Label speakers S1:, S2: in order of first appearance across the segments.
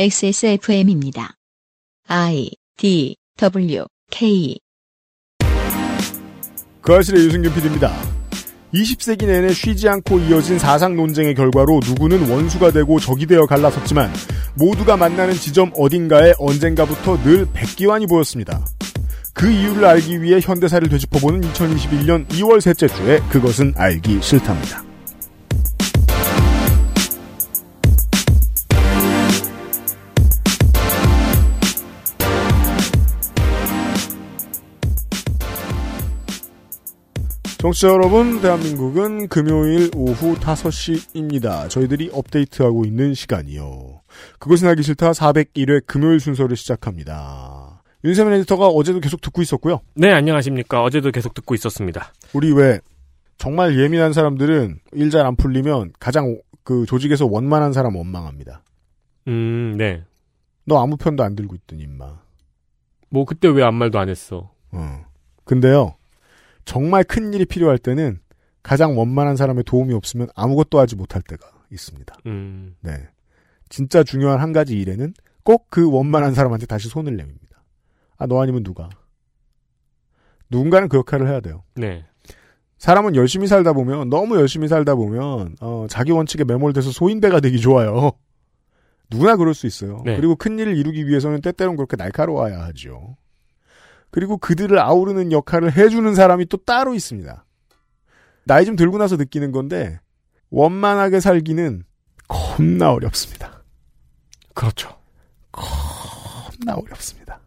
S1: XSFM입니다. I D W K
S2: 그아실의 유승균 PD입니다. 20세기 내내 쉬지 않고 이어진 사상 논쟁의 결과로 누구는 원수가 되고 적이 되어 갈라섰지만 모두가 만나는 지점 어딘가에 언젠가부터 늘 백기환이 보였습니다. 그 이유를 알기 위해 현대사를 되짚어보는 2021년 2월 셋째 주에 그것은 알기 싫답니다. 정치자 여러분, 대한민국은 금요일 오후 5시입니다. 저희들이 업데이트하고 있는 시간이요. 그것은 알기 싫다 401회 금요일 순서를 시작합니다. 윤세민 에디터가 어제도 계속 듣고 있었고요.
S3: 네, 안녕하십니까. 어제도 계속 듣고 있었습니다.
S2: 우리 왜 정말 예민한 사람들은 일 잘 안 풀리면 가장 오- 그 조직에서 원만한 사람 원망합니다.
S3: 음, 네.
S2: 너 아무 편도 안 들고 있더니 임마.
S3: 뭐 그때 왜 아무 말도 안 했어?
S2: 어. 근데요. 정말 큰 일이 필요할 때는 가장 원만한 사람의 도움이 없으면 아무것도 하지 못할 때가 있습니다.
S3: 음,
S2: 네. 진짜 중요한 한 가지 일에는 꼭 그 원만한 사람한테 다시 손을 내밉니다. 아, 너 아니면 누가? 누군가는 그 역할을 해야 돼요.
S3: 네.
S2: 사람은 열심히 살다 보면, 너무 열심히 살다 보면, 어, 자기 원칙에 매몰돼서 소인배가 되기 좋아요. 누구나 그럴 수 있어요.
S3: 네.
S2: 그리고 큰 일을 이루기 위해서는 때때론 그렇게 날카로워야 하죠. 그리고 그들을 아우르는 역할을 해주는 사람이 또 따로 있습니다. 나이 좀 들고 나서 느끼는 건데, 원만하게 살기는 겁나 어렵습니다.
S3: 그렇죠.
S2: 겁나 어렵습니다.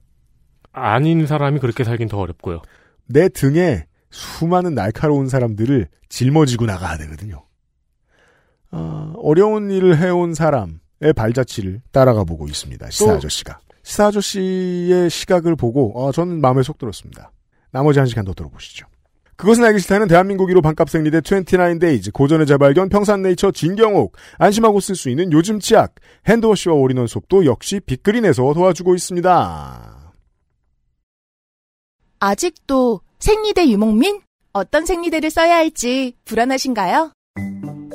S3: 아닌 사람이 그렇게 살긴 더 어렵고요.
S2: 내 등에 수많은 날카로운 사람들을 짊어지고 나가야 되거든요. 아, 어려운 일을 해온 사람의 발자취를 따라가 보고 있습니다. 시사
S3: 또-
S2: 아저씨가. 시사 아저씨의 시각을 보고 아, 저는 마음에 속 들었습니다. 나머지 한 시간 더 들어보시죠. 그것은 알기 싫다는 대한민국 1호 반값 생리대 29데이즈 고전의 재발견 평산네이처 진경옥 안심하고 쓸 수 있는 요즘 치약 핸드워시와 올인원 수업도 역시 빅그린에서 도와주고 있습니다.
S4: 아직도 생리대 유목민? 어떤 생리대를 써야 할지 불안하신가요?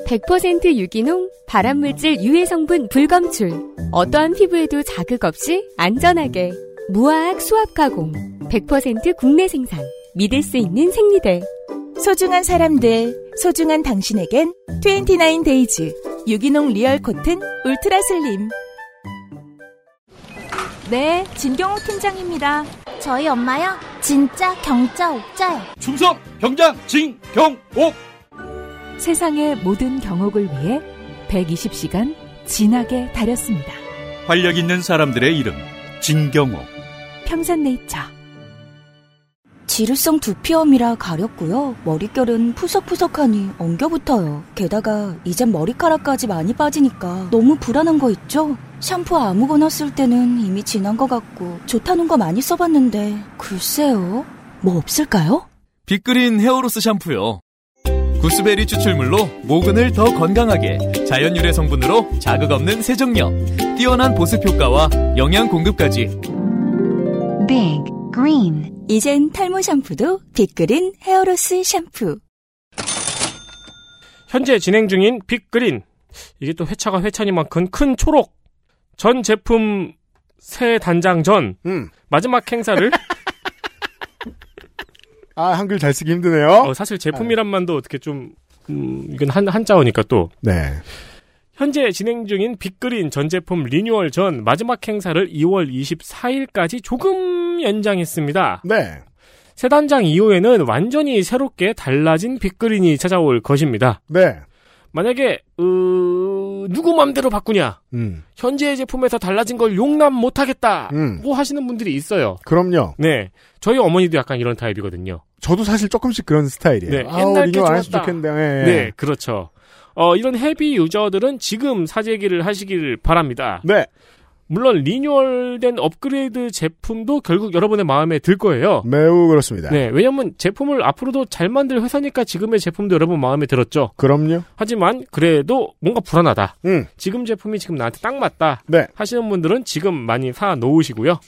S5: 100% 유기농, 발암물질 유해 성분 불검출. 어떠한 피부에도 자극 없이 안전하게. 무화학 수압 가공. 100% 국내 생산. 믿을 수 있는 생리대.
S4: 소중한 사람들, 소중한 당신에겐 29 데이즈 유기농 리얼 코튼 울트라 슬림. 네, 진경호 팀장입니다.
S6: 저희 엄마요? 진짜 경자 옥자요.
S7: 충성 병장 진경옥
S5: 세상의 모든 경옥을 위해 120시간 진하게 다렸습니다.
S7: 활력 있는 사람들의 이름 진경옥
S5: 평산네이처.
S8: 지루성 두피염이라 가렵고요. 머릿결은 푸석푸석하니 엉겨붙어요. 게다가 이젠 머리카락까지 많이 빠지니까 너무 불안한 거 있죠? 샴푸 아무거나 쓸 때는 이미 지난 것 같고 좋다는 거 많이 써봤는데 글쎄요. 뭐 없을까요?
S9: 빅그린 헤어로스 샴푸요. 구스베리 추출물로 모근을 더 건강하게 자연 유래 성분으로 자극 없는 세정력, 뛰어난 보습 효과와 영양 공급까지
S6: Big Green
S8: 이젠 탈모 샴푸도 빅그린 헤어로스 샴푸.
S3: 현재 진행 중인 빅그린. 이게 또 회차가 회차니만큼 큰 초록. 전 제품 새 단장 전
S2: 음.
S3: 마지막 행사를
S2: 아, 한글 잘 쓰기 힘드네요.
S3: 어, 사실 제품이란 만도 어떻게 좀 음, 이건 한 한자어니까 또
S2: 네.
S3: 현재 진행 중인 빅그린 전 제품 리뉴얼 전 마지막 행사를 2월 24일까지 조금 연장했습니다.
S2: 네.
S3: 새 단장 이후에는 완전히 새롭게 달라진 빅그린이 찾아올 것입니다.
S2: 네.
S3: 만약에 어, 누구 맘대로 바꾸냐
S2: 음.
S3: 현재의 제품에서 달라진 걸 용납 못하겠다
S2: 음.
S3: 고 하시는 분들이 있어요.
S2: 그럼요.
S3: 네, 저희 어머니도 약간 이런 타입이거든요.
S2: 저도 사실 조금씩 그런 스타일이에요.
S3: 네,
S2: 아우,
S3: 옛날 게
S2: 리뉴얼 안 했으면
S3: 좋았다.
S2: 좋겠는데. 네.
S3: 네, 그렇죠. 어, 이런 헤비 유저들은 지금 사재기를 하시길 바랍니다.
S2: 네.
S3: 물론 리뉴얼된 업그레이드 제품도 결국 여러분의 마음에 들 거예요.
S2: 매우 그렇습니다.
S3: 네, 왜냐면 제품을 앞으로도 잘 만들 회사니까 지금의 제품도 여러분 마음에 들었죠.
S2: 그럼요.
S3: 하지만 그래도 뭔가 불안하다.
S2: 음.
S3: 지금 제품이 지금 나한테 딱 맞다.
S2: 네.
S3: 하시는 분들은 지금 많이 사 놓으시고요.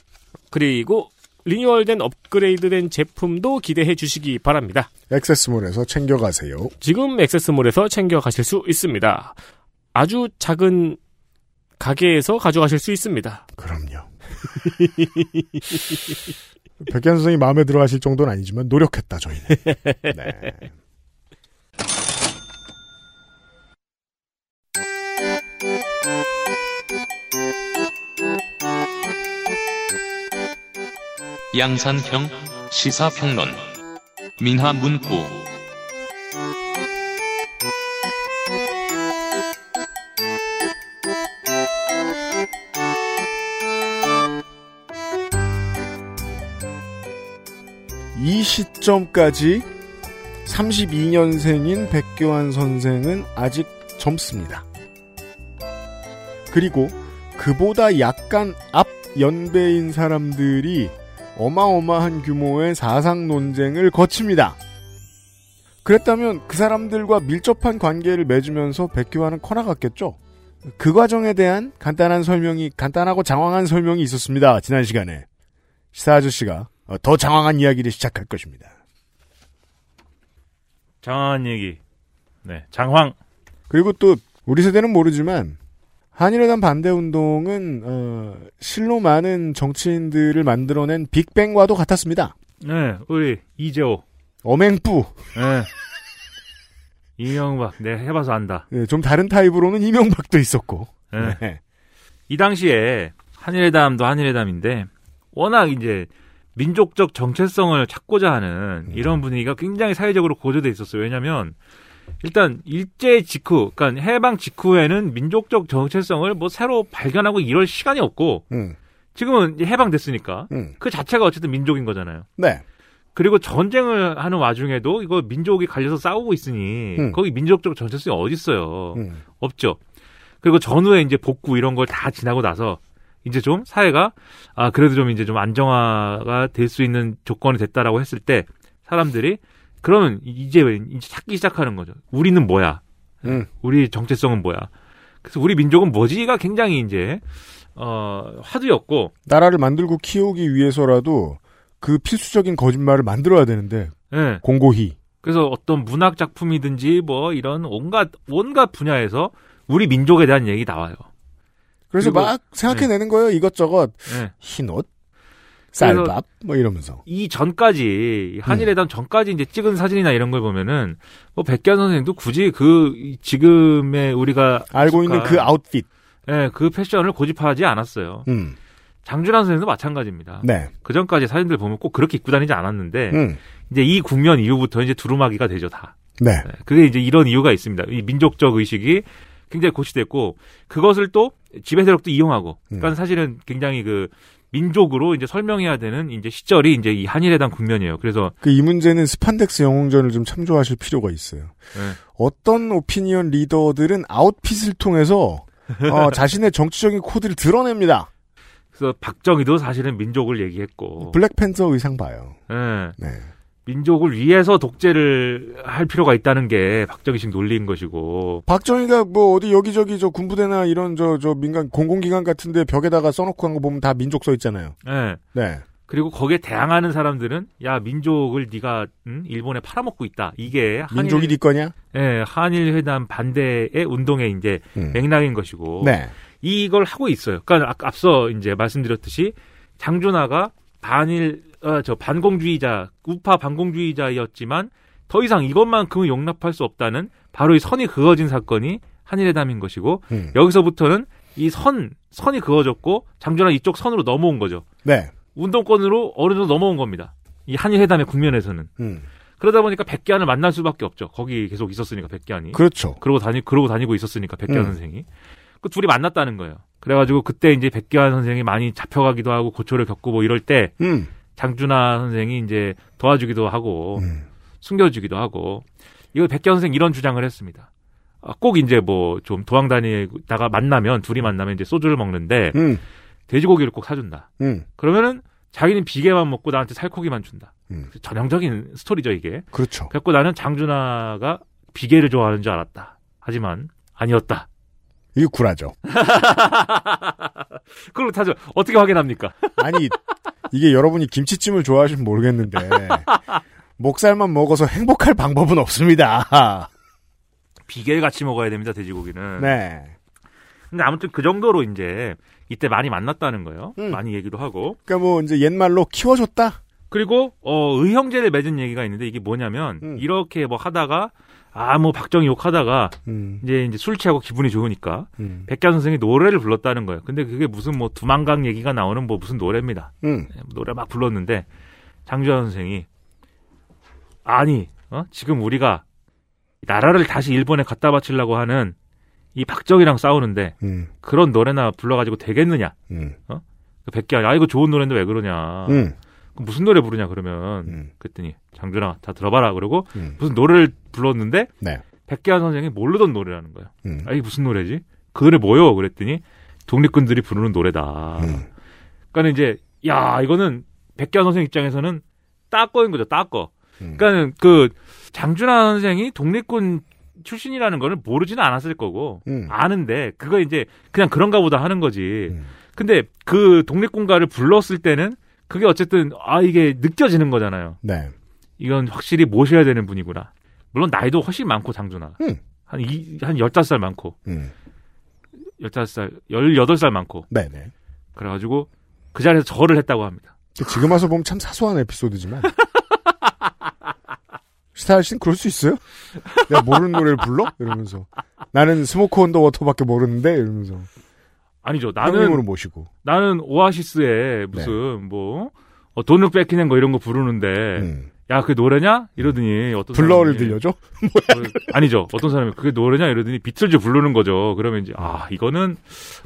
S3: 그리고 리뉴얼된 업그레이드된 제품도 기대해 주시기 바랍니다.
S2: 액세스몰에서 챙겨가세요.
S3: 지금 액세스몰에서 챙겨 가실 수 있습니다. 아주 작은 가게에서 가져가실 수 있습니다.
S2: 그럼요. 백현 선생이 마음에 들어 하실 정도는 아니지만 노력했다, 저희는. 네.
S10: 양산형 시사평론 민화문구
S2: 이 시점까지 32년생인 백교환 선생은 아직 젊습니다. 그리고 그보다 약간 앞 연배인 사람들이 어마어마한 규모의 사상 논쟁을 거칩니다. 그랬다면 그 사람들과 밀접한 관계를 맺으면서 백교환은 커나갔겠죠? 그 과정에 대한 간단한 설명이, 간단하고 장황한 설명이 있었습니다. 지난 시간에. 시사 아저씨가 어, 더 장황한 이야기를 시작할 것입니다.
S11: 장황한 얘기. 네, 장황.
S2: 그리고 또 우리 세대는 모르지만 한일회담 반대 운동은 어, 실로 많은 정치인들을 만들어낸 빅뱅과도 같았습니다.
S11: 네, 우리 이재호.
S2: 어맹뿌.
S11: 네. 이명박. 네, 해봐서 안다.
S2: 예, 좀 다른 타입으로는 이명박도 있었고.
S11: 네.
S2: 네.
S11: 이 당시에 한일회담도 한일회담인데 워낙 이제 민족적 정체성을 찾고자 하는 이런 분위기가 굉장히 사회적으로 고조돼 있었어요. 왜냐하면 일단 일제 직후, 그러니까 해방 직후에는 민족적 정체성을 뭐 새로 발견하고 이럴 시간이 없고
S2: 음,
S11: 지금은 이제 해방됐으니까
S2: 음.
S11: 그 자체가 어쨌든 민족인 거잖아요.
S2: 네.
S11: 그리고 전쟁을 하는 와중에도 이거 민족이 갈려서 싸우고 있으니
S2: 음.
S11: 거기 민족적 정체성이 어디 있어요?
S2: 음,
S11: 없죠. 그리고 전후에 이제 복구 이런 걸 다 지나고 나서 이제 좀 사회가 아 그래도 좀 이제 좀 안정화가 될 수 있는 조건이 됐다라고 했을 때 사람들이 그러면 이제 왜- 이제 찾기 시작하는 거죠. 우리는 뭐야?
S2: 음.
S11: 우리 정체성은 뭐야? 그래서 우리 민족은 뭐지가 굉장히 이제 어 화두였고
S2: 나라를 만들고 키우기 위해서라도 그 필수적인 거짓말을 만들어야 되는데
S11: 예.
S2: 공고히
S11: 그래서 어떤 문학 작품이든지 뭐 이런 온갖 온갖 분야에서 우리 민족에 대한 얘기 나와요.
S2: 그래서
S11: 그리고- 네.
S2: 막 생각해내는 거예요 이것저것
S11: 예.
S2: 흰옷
S11: 그래서-
S2: 쌀밥 뭐 이러면서
S11: 이 전까지 이
S2: 음.
S11: 한일회담 전까지 이제 찍은 사진이나 이런 걸 보면은 뭐 백기환 선생도 굳이 그이 지금의 우리가
S2: 알고 있는 그 아웃핏
S11: 예, 그 패션을 고집하지 않았어요.
S2: 음,
S11: 장준환 선생도 마찬가지입니다.
S2: 네.
S11: 그 전까지 사진들 보면 꼭 그렇게 입고 다니지 않았는데
S2: 음,
S11: 이제 이 국면 이후부터 이제 두루마기가 되죠 다.
S2: 네.
S11: 네, 그게 이제 이런 이유가 있습니다. 이 민족적 의식이 굉장히 고취됐고 그것을 또 지배 세력도 이용하고 그러니까
S2: 음.
S11: 사실은 굉장히 그 민족으로 이제 설명해야 되는 이제 시절이 이제 이 한일회담 국면이에요. 그래서
S2: 그 이 문제는 스판덱스 영웅전을 좀 참조하실 필요가 있어요.
S11: 네.
S2: 어떤 오피니언 리더들은 아웃핏을 통해서 어, 자신의 정치적인 코드를 드러냅니다.
S11: 그래서 박정희도 사실은 민족을 얘기했고
S2: 어, 블랙팬서 의상 봐요.
S11: 예,
S2: 네.
S11: 민족을 위해서 독재를 할 필요가 있다는 게 박정희식 논리인 것이고
S2: 박정희가 뭐 어디 여기저기 저 군부대나 이런 저 저 민간 공공기관 같은데 벽에다가 써놓고 한 거 보면 다 민족 써 있잖아요.
S11: 예,
S2: 네.
S11: 그리고 거기에 대항하는 사람들은 야 민족을 네가 음, 일본에 팔아먹고 있다 이게 한일,
S2: 민족이 네 거냐?
S11: 예, 한일회담 반대의 운동의 이제
S2: 음.
S11: 맥락인 것이고
S2: 네.
S11: 이걸 하고 있어요. 그러니까 아- 앞서 이제 말씀드렸듯이 장준하가 반일 어, 저 반공주의자 우파 반공주의자였지만 더 이상 이것만큼은 용납할 수 없다는 바로 이 선이 그어진 사건이 한일회담인 것이고
S2: 음.
S11: 여기서부터는 이 선 선이 그어졌고 장준하 이쪽 선으로 넘어온 거죠.
S2: 네.
S11: 운동권으로 어느 정도 넘어온 겁니다. 이 한일회담의 국면에서는
S2: 음.
S11: 그러다 보니까 백기환을 만날 수밖에 없죠. 거기 계속 있었으니까 백기환이
S2: 그렇죠.
S11: 그러고 다니 그러고 다니고 있었으니까 백기환
S2: 음.
S11: 선생이 그 둘이 만났다는 거예요. 그래가지고 그때 이제 백기환 선생이 많이 잡혀가기도 하고 고초를 겪고 뭐 이럴 때
S2: 음.
S11: 장준하 선생이 이제 도와주기도 하고
S2: 음.
S11: 숨겨주기도 하고 이거 백기환 선생 이런 주장을 했습니다. 아, 꼭 이제 뭐 좀 도망 다니다가 만나면 둘이 만나면 이제 소주를 먹는데
S2: 음.
S11: 돼지고기를 꼭 사준다.
S2: 음.
S11: 그러면은 자기는 비계만 먹고 나한테 살코기만 준다.
S2: 음.
S11: 전형적인 스토리죠 이게.
S2: 그렇죠.
S11: 그래갖고 나는 장준하가 비계를 좋아하는 줄 알았다. 하지만 아니었다.
S2: 이게 구라죠.
S11: 그걸 타죠. 어떻게 확인합니까?
S2: 아니 이게 여러분이 김치찜을 좋아하시면 모르겠는데 목살만 먹어서 행복할 방법은 없습니다.
S11: 네. 비계를 같이 먹어야 됩니다, 돼지고기는.
S2: 네.
S11: 근데 아무튼 그 정도로 이제 이때 많이 만났다는 거예요. 많이 얘기도 하고.
S2: 그러니까 뭐 이제 옛말로 키워줬다.
S11: 그리고 어 의형제를 맺은 얘기가 있는데 이게 뭐냐면 이렇게 뭐 하다가 아 뭐 박정희 욕하다가 이제 이제 술 취하고 기분이 좋으니까
S2: 음.
S11: 백자 선생이 노래를 불렀다는 거예요. 근데 그게 무슨 뭐 두만강 얘기가 나오는 뭐 무슨 노래입니다.
S2: 음.
S11: 네, 노래 막 불렀는데 장주환 선생이 아니 어? 지금 우리가 나라를 다시 일본에 갖다 바치려고 하는 이 박정희랑 싸우는데
S2: 음.
S11: 그런 노래나 불러가지고 되겠느냐? 어? 그 백기환이 아 이거 좋은 노래인데 왜 그러냐?
S2: 음.
S11: 그럼 무슨 노래 부르냐 아, 그러면 그랬더니 장준아 다 들어봐라 그러고
S2: 음,
S11: 무슨 노래를 불렀는데
S2: 네.
S11: 백기환 선생이 모르던 노래라는 거예요.
S2: 음,
S11: 아 이게 무슨 노래지? 그 노래 뭐요? 그랬더니 독립군들이 부르는 노래다.
S2: 음.
S11: 그러니까 이제 야 이거는 백기환 선생 입장에서는 따꺼인 거죠 따꺼.
S2: 음.
S11: 그러니까 그 장준하 선생이 독립군 출신이라는 거를 모르지는 않았을 거고
S2: 음.
S11: 아는데 그거 이제 그냥 그런가 보다 하는 거지. 근데 그 독립군가를 불렀을 때는 그게 어쨌든 아 이게 느껴지는 거잖아요.
S2: 네.
S11: 이건 확실히 모셔야 되는 분이구나. 물론 나이도 훨씬 많고 장준하. 한 이, 한 15살 많고.
S2: 음.
S11: 15살, 18살 많고.
S2: 네네.
S11: 그래 가지고 그 자리에서 절을 했다고 합니다.
S2: 지금 와서 보면 참 사소한 에피소드지만. 스타일 씨는 그럴 수 있어요? 내가 모르는 노래를 불러? 이러면서. 나는 스모크 온더 워터밖에 모르는데? 이러면서.
S11: 아니죠.
S2: 형님으로
S11: 나는
S2: 모시고.
S11: 나는
S2: 네.
S11: 오아시스의 무슨 뭐 어, 돈을 뺏기는 거 이런 거 부르는데 야 그게 노래냐 이러더니 어떤
S2: 블러를 음.
S11: 사람이- 그,
S2: 들려줘?
S11: 아니죠 어떤 사람이 그게 노래냐 이러더니 비틀즈 부르는 거죠 그러면 이제 아 이거는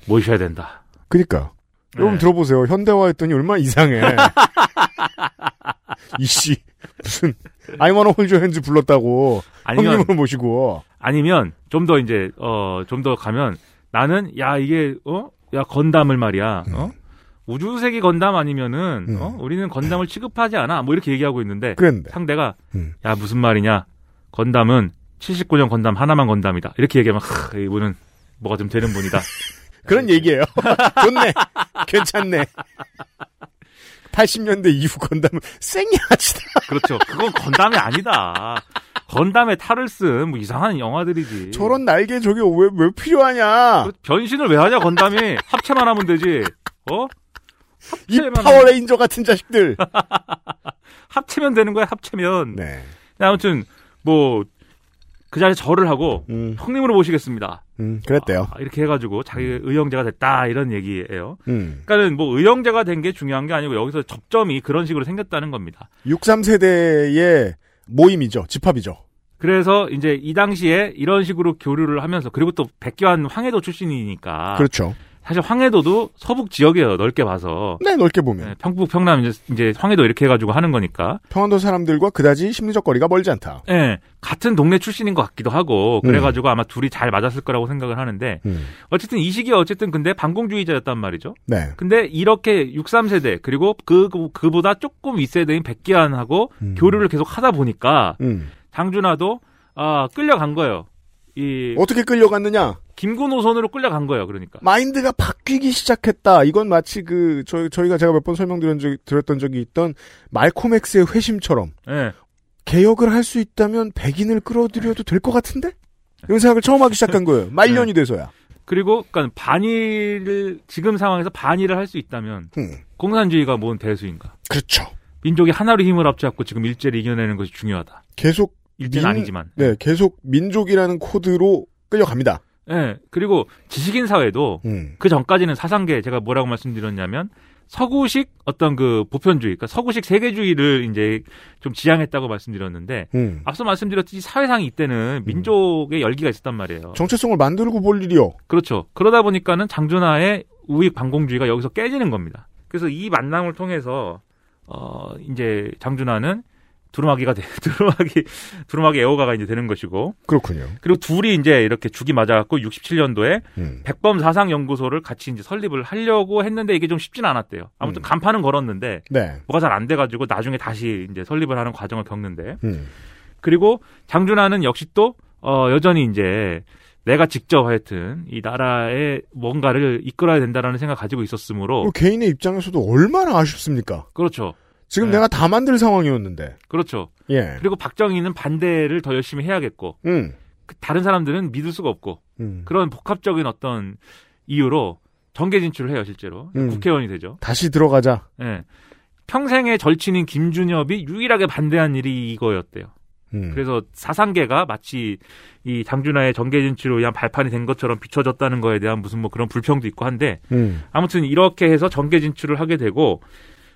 S11: 모셔야 된다
S2: 그니까요. 여러분
S11: 네.
S2: 들어보세요. 현대화했더니 얼마나 이상해. 이씨. 무슨, I wanna hold your hands 불렀다고.
S11: 아니면-
S2: 형님으로 모시고.
S11: 아니면 좀 더 이제 어 좀 더 가면 나는 야 이게 어 야 건담을 말이야
S2: 음.
S11: 어 우주세기 건담 아니면은 어 우리는 건담을 취급하지 않아 뭐 이렇게 얘기하고 있는데
S2: 그랬는데.
S11: 상대가
S2: 음.
S11: 야 무슨 말이냐 건담은 79년 건담 하나만 건담이다 이렇게 얘기하면 하, 이분은 뭐가 좀 되는 분이다
S2: 그런 얘기예요. 좋네. 괜찮네. 80년대 이후 건담은 쌩야하지다.
S11: 그렇죠 그건 건담이 아니다 건담에 탈을 쓴 뭐 이상한 영화들이지 그
S2: 저런 날개 저게 왜, 왜 필요하냐.
S11: 변신을 왜 하냐 건담이 합체만 하면 되지 어
S2: 이 파워레인저 같은 자식들.
S11: 합치면 되는 거야, 합치면. 네. 아무튼, 뭐, 그 자리에 절을 하고, 형님으로 모시겠습니다.
S2: 음, 그랬대요.
S11: 아, 이렇게 해가지고, 자기 의형제가 됐다, 이런 얘기예요.
S2: 음.
S11: 그러니까는 뭐, 의형제가 된 게 중요한 게 아니고, 여기서 접점이 그런 식으로 생겼다는 겁니다.
S2: 63세대의 모임이죠. 집합이죠.
S11: 그래서 이제 이 당시에 이런 식으로 교류를 하면서, 그리고 또 백교환 황해도 출신이니까.
S2: 그렇죠.
S11: 사실 황해도도 서북 지역이에요, 넓게 봐서.
S2: 네, 넓게 보면.
S11: 네, 평북, 평남, 이제, 이제 황해도 이렇게 해가지고 하는 거니까.
S2: 평안도 사람들과 그다지 심리적 거리가 멀지 않다.
S11: 예, 같은 동네 출신인 것 같기도 하고
S2: 음.
S11: 그래가지고 아마 둘이 잘 맞았을 거라고 생각을 하는데 어쨌든 이 시기 어쨌든 근데 반공주의자였단 말이죠.
S2: 네.
S11: 근데 이렇게 63세대 그리고 그 그- 그보다 조금 윗세대인 백기환하고
S2: 음.
S11: 교류를 계속 하다 보니까 장준하도 아 끌려간 거예요. 이
S2: 어떻게 끌려갔느냐?
S11: 김군호 선으로 끌려간 거예요. 그러니까
S2: 마인드가 바뀌기 시작했다. 이건 마치 그 저희 저희가 제가 몇 번 설명드린 적 드렸던 적이 있던 말콤엑스의 회심처럼
S11: 예.
S2: 개혁을 할 수 있다면 백인을 끌어들여도 될 것 같은데? 이런 생각을 처음 하기 시작한 거예요. 말년이
S11: 네.
S2: 돼서야.
S11: 그리고 그러니까 반일을 지금 상황에서 반일을 할 수 있다면 공산주의가 뭔 대수인가?
S2: 음. 그렇죠.
S11: 민족이 하나로 힘을 합쳐갖고 지금 일제를 이겨내는 것이 중요하다.
S2: 계속
S11: 일제는 아니지만.
S2: 네, 계속 민족이라는 코드로 끌려갑니다. 음.
S11: 예. 그리고 지식인 사회도 그 전까지는 사상계 제가 뭐라고 말씀드렸냐면 서구식 어떤 그 보편주의, 그러니까 서구식 세계주의를 이제 좀 지향했다고 말씀드렸는데
S2: 음.
S11: 앞서 말씀드렸듯이 사회상 이때는 민족의 열기가 있었단 말이에요.
S2: 정체성을 만들고 볼 일이요.
S11: 그렇죠. 그러다 보니까는 장준하의 우익 반공주의가 여기서 깨지는 겁니다. 그래서 이 만남을 통해서 어 이제 장준하는 두루마기가 돼, 두루마기 두루마기 애호가가 이제 되는 것이고
S2: 그렇군요.
S11: 그리고 둘이 이제 이렇게 죽이 맞아갖고 67년도에
S2: 음.
S11: 백범 사상 연구소를 같이 이제 설립을 하려고 했는데 이게 좀 쉽진 않았대요. 아무튼 간판은 걸었는데
S2: 네.
S11: 뭐가 잘 안 돼가지고 나중에 다시 이제 설립을 하는 과정을 겪는데
S2: 음.
S11: 그리고 장준하는 역시 또 어, 여전히 이제 내가 직접 하여튼 이 나라에 뭔가를 이끌어야 된다라는 생각 가지고 있었으므로
S2: 그리고 뭐 개인의 입장에서도 얼마나 아쉽습니까?
S11: 그렇죠.
S2: 지금 내가 다 만들 상황이었는데.
S11: 그렇죠.
S2: 예.
S11: 그리고 박정희는 반대를 더 열심히 해야겠고
S2: 음.
S11: 그 다른 사람들은 믿을 수가 없고
S2: 음.
S11: 그런 복합적인 어떤 이유로 정계 진출을 해요 실제로
S2: 음.
S11: 국회의원이 되죠.
S2: 다시 들어가자.
S11: 예. 평생의 절친인 김준엽이 유일하게 반대한 일이 이거였대요.
S2: 음.
S11: 그래서 사상계가 마치 이 장준하의 정계 진출을 위한 발판이 된 것처럼 비춰졌다는 거에 대한 무슨 뭐 그런 불평도 있고 한데
S2: 음.
S11: 아무튼 이렇게 해서 정계 진출을 하게 되고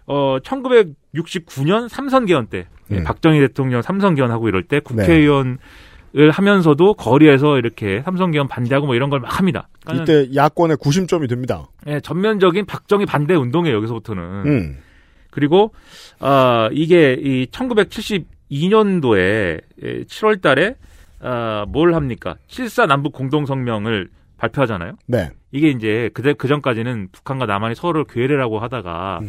S11: 어 1969년 삼선 개헌 때 예,
S2: 음.
S11: 박정희 대통령 삼선 개헌하고 이럴
S2: 네.
S11: 때 국회의원을 하면서도 거리에서 이렇게 삼선 개헌 반대하고 뭐 이런 걸 막 합니다. 그러니까는
S2: 이때 야권의 구심점이 됩니다.
S11: 예, 전면적인 박정희 반대 운동이에요, 여기서부터는.
S2: 음.
S11: 그리고, 아, 이게 이 1972년도에 7월 달에, 아, 뭘 합니까? 7사 남북 공동성명을 발표하잖아요?
S2: 네.
S11: 이게 이제 그때 그 전까지는 북한과 남한이 서로를 괴뢰라고 하다가